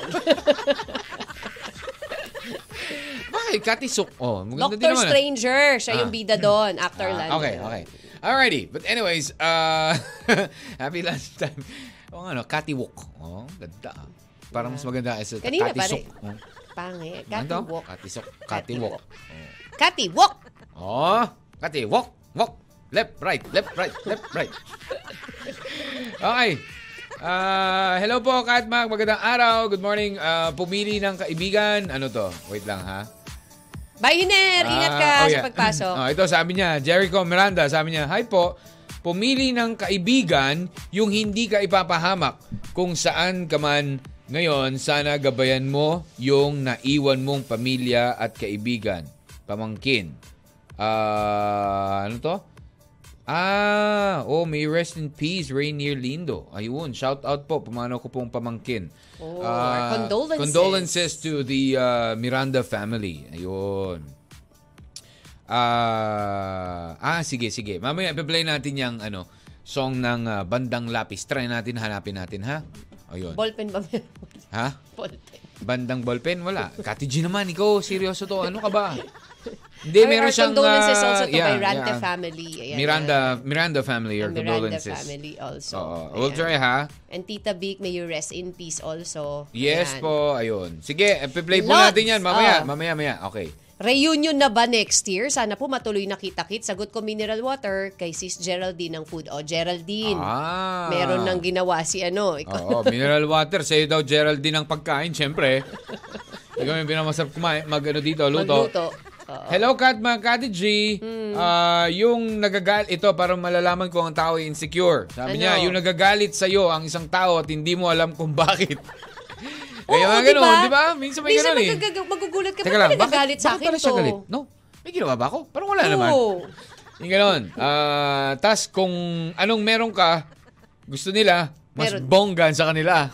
S4: Bakit? Kati Suk. Oh, maganda din
S5: Doctor
S4: naman. ah.
S5: Stranger, siya yung
S4: Ah.
S5: bida doon. Actor lang.
S4: Ah, Okay, okay. Alrighty. But anyways, uh, *laughs* happy lunchtime. O ano, katiwok. Oh, ganda. ah. Parang mas maganda as a
S5: Kanina
S4: katisok.
S5: pare.
S4: Oh.
S5: Pangi.
S4: Ano to?
S5: Kati walk.
S4: Katisok. Katiwok.
S5: Kati walk.
S4: Oh, katiwok. Wok. Left, right, left, right, left,
S5: *laughs*
S4: right. Okay. Ah, hello po, Katmag. Magandang araw. Good morning. Ah, pumili ng kaibigan. Ano to? Wait lang, ha?
S5: Bye, Hiner. Ingat ka
S4: Ah, oh,
S5: sa
S4: yeah.
S5: pagpasok.
S4: *clears throat* Ah, ito, sabi niya, Jericho Miranda, sabi niya, Hi po, pumili ng kaibigan yung hindi ka ipapahamak kung saan ka man ngayon. Sana gabayan mo yung naiwan mong pamilya at kaibigan. Pamangkin. Ah, ano to? Ah, oh, may rest in peace, Rainier Lindo. Ayun, shout out po, pumanaw ko pong pamangkin.
S5: Oh,
S4: Ah,
S5: condolences.
S4: Condolences to the ah, Miranda family. Ayun. Ah, ah sige sige. Mamaya i-play natin yung ano song ng ah, Bandang Lapis. Try natin hanapin natin ha. Ayun.
S5: Ballpen ba meron?
S4: ha?
S5: Ballpen.
S4: Bandang ballpen wala. Kati G naman ikaw, seryoso to. Ano ka ba? Hindi
S5: Our-
S4: meron
S5: our
S4: siyang
S5: condolences
S4: ah,
S5: also to
S4: yeah,
S5: Miranda
S4: yeah.
S5: family. Ayan,
S4: Miranda Miranda family
S5: ah.
S4: your
S5: Miranda
S4: condolences.
S5: family also.
S4: Oo, we'll
S5: Ayan.
S4: try ha.
S5: And Tita Vic, may you rest in peace also.
S4: Yes
S5: Ayan.
S4: po, ayun. Sige, i-play po
S5: Lods,
S4: natin yan mamaya,
S5: ah.
S4: mamaya, mamaya. Okay.
S5: Reunion na ba next year? Sana po matuloy na kita-kit. Sagot ko mineral water kay Sis Geraldine ng food. O, Geraldine.
S4: Ah.
S5: Meron ng ginawa si ano. Ikaw. *laughs*
S4: Oo, mineral water. Sa'yo daw, Geraldine, ang pagkain, syempre. Ikaw yung pinakamasarap kumain, mag ano dito, luto.
S5: Magluto. Hmm. Oo.
S4: Hello, Kat, mga Kati G. Ah, yung nagagal ito, para malalaman ko ang tao ay insecure. Sabi
S5: Ano?
S4: niya, yung nagagalit sa'yo ang isang tao at hindi mo alam kung bakit.
S5: Oo,
S4: Kaya mga
S5: di
S4: ganun,
S5: ba?
S4: di ba? Minsan may
S5: Minsan
S4: ganun eh.
S5: magagaga- magugulat ka.
S4: Teka
S5: Ba't
S4: lang,
S5: ka nagagalit sa akin
S4: bakit pala siya
S5: to?
S4: galit? No? May ginawa ba ako? Parang wala naman.
S5: Oo.
S4: Yung ganon. Ah, tas kung anong meron ka, gusto nila, mas
S5: Meron.
S4: bonggan sa kanila.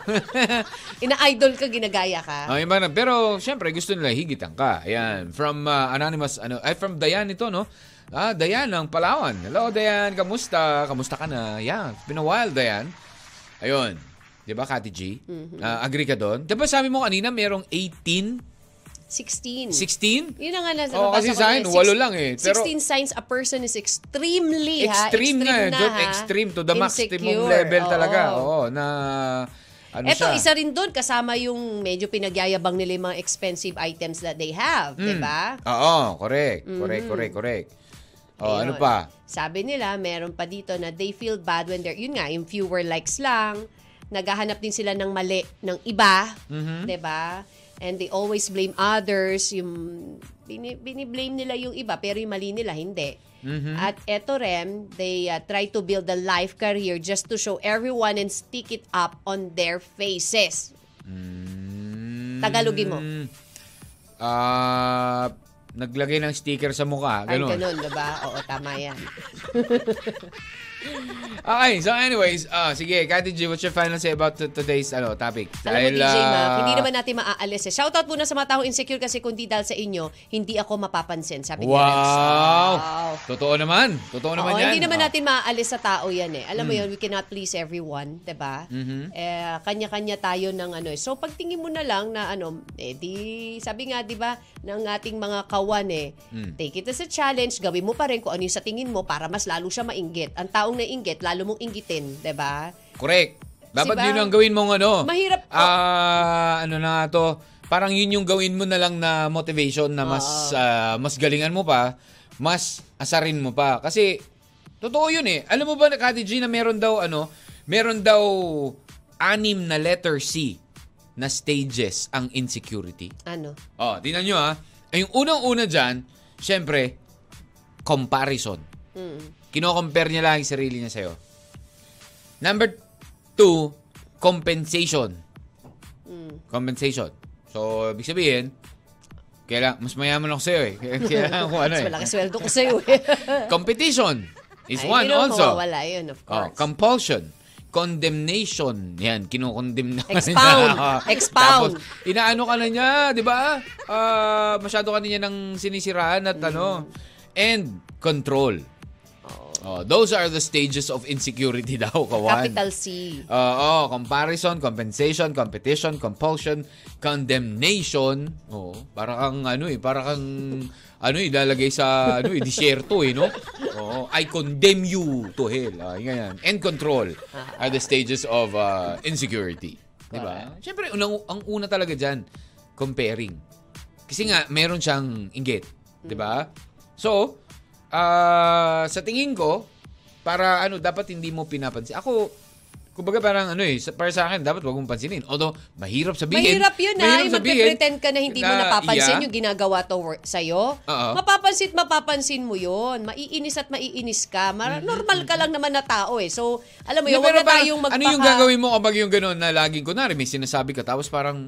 S5: Ina-idol ka, ginagaya ka.
S4: Ah, yung mga- pero syempre gusto nila higitan ka. Ayan, from ah, anonymous ano, ay from Dayan ito no. Ah, Dayan ng Palawan. Hello Dayan, kamusta? Kamusta ka na? Yeah, it's been a while Dayan. Ayun. 'Di ba Kati G? Ah, agree ka doon? 'Di ba sabi mo kanina merong 18,
S5: 16.
S4: 16?
S5: Yun ang nga nasa
S4: Oo, kasi sa akin, walo lang eh. Pero-
S5: 16 signs a person is extremely, ha?
S4: Extreme, na, eh. Doon,
S5: ha?
S4: extreme to the maximum
S5: Insecure.
S4: level talaga.
S5: Oo.
S4: Oo, na ano
S5: Eto,
S4: siya?
S5: isa rin doon, kasama yung medyo pinagyayabang nila yung mga expensive items that they have,
S4: Hmm.
S5: di ba?
S4: Oo, correct. Correct, correct, correct. Oh, ano
S5: Mm-hmm. Ayun.
S4: pa?
S5: Sabi nila, meron pa dito na they feel bad when they're, yun nga, yung fewer likes lang, naghahanap din sila ng mali ng iba,
S4: Mm-hmm.
S5: 'di ba? And they always blame others, yung bini, bini-blame nila yung iba, pero yung mali nila, hindi.
S4: Mm-hmm.
S5: At eto rin, they uh, try to build a life career just to show everyone and stick it up on their faces.
S4: Mm.
S5: Tagalogin mo.
S4: Hmm, Ah, naglagay ng sticker sa mukha,
S5: Ay,
S4: ganun.
S5: ganun, diba? Oo, tama yan.
S4: Okay, so anyways, ah sige, Kati G, what's your final say about t- today's ano, topic?
S5: Alam mo, DJ
S4: ah,
S5: Mac, hindi naman natin maaalis. Eh. Shoutout muna sa mga taong insecure kasi kundi dahil sa inyo, hindi ako mapapansin, sabi ni Rex.
S4: Wow!
S5: Wow.
S4: Totoo naman. Totoo naman
S5: Oo,
S4: yan.
S5: Hindi naman
S4: Ah. Mm.
S5: natin maaalis sa tao yan eh. Alam mo yun, we cannot please everyone, 'di ba?
S4: Mm-hmm.
S5: Eh kanya-kanya tayo ng ano. eh. So pagtingin mo na lang na ano, eh di sabi nga 'di ba ng ating mga kawan eh,
S4: Mm.
S5: take it as a challenge, gawin mo pa rin kung ano yung sa tingin mo para mas lalo siya mainggit. Ang taong nainggit, lalo mong inggitin, 'di ba?
S4: Correct. Dapat
S5: Diba?
S4: yun ang gawin mong ano.
S5: Mahirap po.
S4: Ah, ano na nga to. Parang yun yung gawin mo na lang na motivation na mas ah, mas galingan mo pa, mas asarin mo pa. Kasi totoo yun eh. Alam mo ba na Kati G na meron daw ano, meron daw anim na letter C na stages ang insecurity.
S5: Ano?
S4: Oh, tingnan nyo ha. Ay, yung unang-una dyan, syempre, comparison.
S5: Mm.
S4: Kino-compare niya lang yung sarili niya sa'yo. Number two, compensation.
S5: Mm.
S4: Compensation. So, ibig sabihin, kailang, mas mayaman ako sa'yo eh. *laughs* Kailangan ko ano
S5: Mas
S4: eh.
S5: malaki sweldo ko
S4: *laughs*
S5: sa'yo eh.
S4: Competition is
S5: Ay,
S4: one
S5: hindi naman
S4: also.
S5: mawawala yun, of
S4: Oh,
S5: course.
S4: compulsion. Condemnation. Yan, kinukondem na.
S5: Expound.
S4: *laughs*
S5: Expound.
S4: Tapos, inaano ka na niya, di ba? Ah, masyado ka na niya ng sinisiraan at ano. And control. Oh, those are the stages of insecurity *laughs* daw, kawan.
S5: Capital C.
S4: Oo, comparison, compensation, competition, compulsion, condemnation. Oo, para kang ano eh, para kang ano eh, ilalagay sa ano eh, disyerto eh, no? Oo, I condemn you to hell. Ah, yun yan. And control are the stages of uh, insecurity. Di ba? Siyempre, unang, ang una talaga dyan, comparing. Kasi nga, meron siyang inggit.
S5: Mm.
S4: Di ba? So, ah, sa tingin ko, para ano, dapat hindi mo pinapansin. Ako, kumbaga parang ano eh, sa- para sa akin, dapat wag mong pansinin. Although, mahirap sabihin.
S5: Mahirap yun ah, yung magpe-pretend ka na hindi mo
S4: na-
S5: napapansin
S4: yeah.
S5: yung ginagawa to work sa'yo.
S4: Oo.
S5: Mapapansin, mapapansin mo yun. Maiinis at maiinis ka. Mar- normal ka lang naman na tao eh. So, alam mo yun,
S4: Hindi,
S5: huwag
S4: Mm-hmm, pero
S5: na
S4: parang,
S5: tayong magpaka...
S4: Ano yung gagawin mo kapag yung gano'n na laging, kunwari, may sinasabi ka, tapos parang,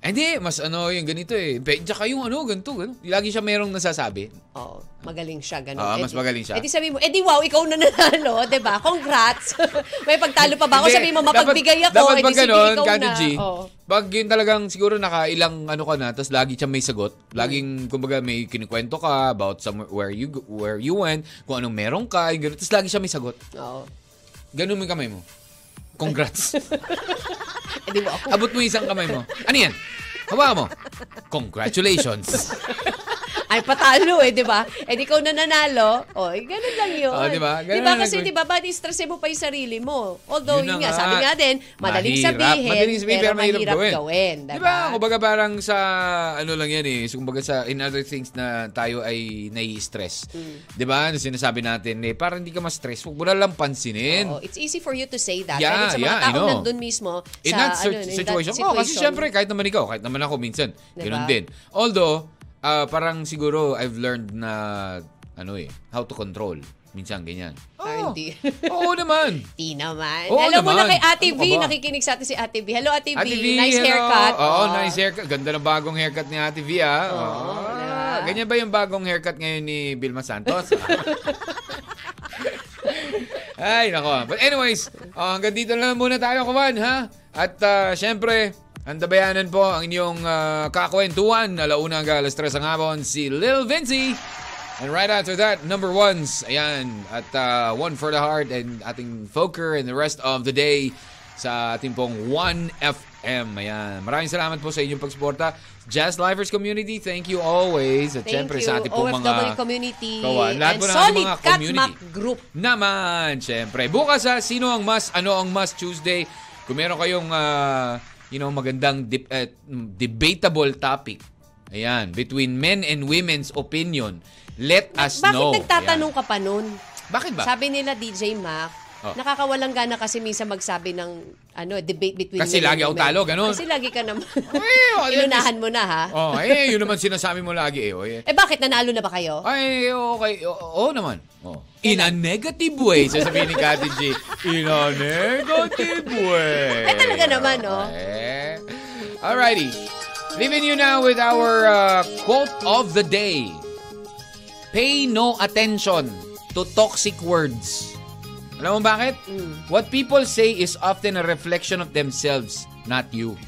S4: "Eh, hindi, mas ano yung ganito eh. Be, tsaka yung ano, ganito, ganito. Lagi siya merong nasasabi.
S5: Oo, Oh, magaling siya, ganun.
S4: Oo,
S5: Eh
S4: mas
S5: di-
S4: magaling siya.
S5: Eh di sabi mo, eh di wow, ikaw na nanalo, *laughs* di ba? Congrats! *laughs* May pagtalo pa ba ako?
S4: Hindi,
S5: Sabi mo, mapagbigay ako,
S4: dapat pag
S5: eh di sige,
S4: ganun,
S5: ikaw
S4: Kati
S5: na. Oh,
S4: G,
S5: Oo.
S4: Pag yun talagang siguro nakailang ano ka na, tapos lagi siya may sagot, laging kumbaga may kinikwento ka about somewhere where you go- where you went, kung anong meron ka, yung ganun, tapos lagi siya may sagot.
S5: Oo.
S4: Ganun mo yung kamay mo.
S5: *laughs*
S4: Congrats.
S5: Eh di wow, ako.
S4: Abot mo yung isang kamay mo. Ano yan? Hawakan mo.
S5: *laughs*
S4: Congratulations.
S5: Ay, patalo eh, di ba? Eh, di ikaw na nanalo. O, eh, ganun lang yun.
S4: Oh, di ba? Ganun
S5: Di ba?
S4: lang
S5: Kasi,
S4: yun.
S5: di ba, ba't stressin mo pa yung sarili mo? Although,
S4: Yun
S5: yun,
S4: na
S5: nga,
S4: nga.
S5: sabi nga din, madaling sabihin, pero, mahirap, gawin. di
S4: Diba?
S5: ba?
S4: Kumbaga parang sa, ano lang yan eh, so, kumbaga sa in other things na tayo ay nai-stress.
S5: Mm.
S4: Di ba? Ano sinasabi natin eh, para hindi ka ma-stress, huwag mo na lang pansinin.
S5: Oo, it's easy for you to say that.
S4: Yeah,
S5: Dahil sa mga
S4: yeah, I
S5: taong
S4: know.
S5: nandun mismo,
S4: In
S5: sa,
S4: that
S5: ano,
S4: cer-
S5: in that
S4: situation. Oh, kasi syempre, kahit naman ikaw, kahit naman ako minsan,
S5: Diba?
S4: ganun din. Although, ah, parang siguro I've learned na, ano eh, how to control. Minsan ganyan.
S5: Ah,
S4: Oo.
S5: hindi. *laughs*
S4: Oo naman.
S5: Di naman.
S4: oh. Oo
S5: Alam mo na
S4: naman.
S5: kay Ate
S4: Ano
S5: V,
S4: ka ba?
S5: nakikinig sa atin si Ate V. Hello, Ate V.
S4: Ate V,
S5: nice
S4: hello.
S5: haircut.
S4: Oo,
S5: Ah.
S4: nice haircut. Ganda ng bagong haircut ni Ate V, ah. Oo.
S5: diba?
S4: Ganyan ba yung bagong haircut ngayon ni Vilma
S5: *laughs*
S4: Santos? Ay, nako. But anyways, oh, hanggang dito na lang muna tayo, kawan, ha? At ah, syempre, ang tabayanan po ang inyong ah, kakwentuhan. Alauna hanggang alas 3 ang hapon, si Lil Vinci. And right after that, number ones. Ayan. At ah, one for the heart and ating Foker and the rest of the day sa ating pong 1FM. Ayan. Maraming salamat po sa inyong pagsuporta. Jazz Livers Community, thank you always. At
S5: Thank
S4: syempre
S5: you,
S4: sa ating pong
S5: OFW
S4: mga
S5: community
S4: kawan. Lahat
S5: and
S4: po ng ating
S5: solid
S4: mga
S5: Cat
S4: community.
S5: Mac group.
S4: Naman, syempre. Bukas sa Sino ang Mas, Ano ang Mas Tuesday. Kung meron kayong ah, you know, magandang dip- eh, mm, debatable topic. Ayan, between men and women's opinion, let us
S5: Bakit
S4: know.
S5: nagtatanong ka pa nun?
S4: Ayan. Bakit ba?
S5: Sabi nila DJ Mac,
S4: Oh.
S5: nakakawalang gana kasi minsan magsabi ng ano debate between
S4: Kasi
S5: men and
S4: lagi ako
S5: women.
S4: talo, ganun.
S5: Kasi lagi ka
S4: *laughs*
S5: naman.
S4: oh, that is-
S5: Ilunahan mo na ha.
S4: oh, eh, yun naman sinasabi mo lagi eh. oh, eh.
S5: Eh bakit nanalo na ba kayo?
S4: Ay, okay. Oo oo naman. Oo. In a negative way, sasabihin ni Kati G. In a negative way.
S5: Eh, talaga naman, no?
S4: Eh. Alrighty. Leaving you now with our uh, quote of the day. Pay no attention to toxic words. Alam mo bakit?
S5: Hmm.
S4: What people say is often a reflection of themselves, not you.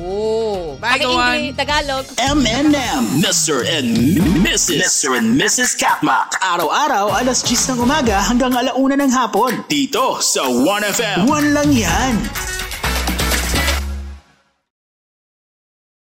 S5: Oh.
S4: Bye, Gawan.
S5: English, Tagalog.
S3: M&M. Mr. and Mrs. Mr. and Mrs. Katma.
S1: Araw-araw, alas 10 ng umaga hanggang alauna ng hapon.
S3: Dito sa 1FM.
S1: One lang yan.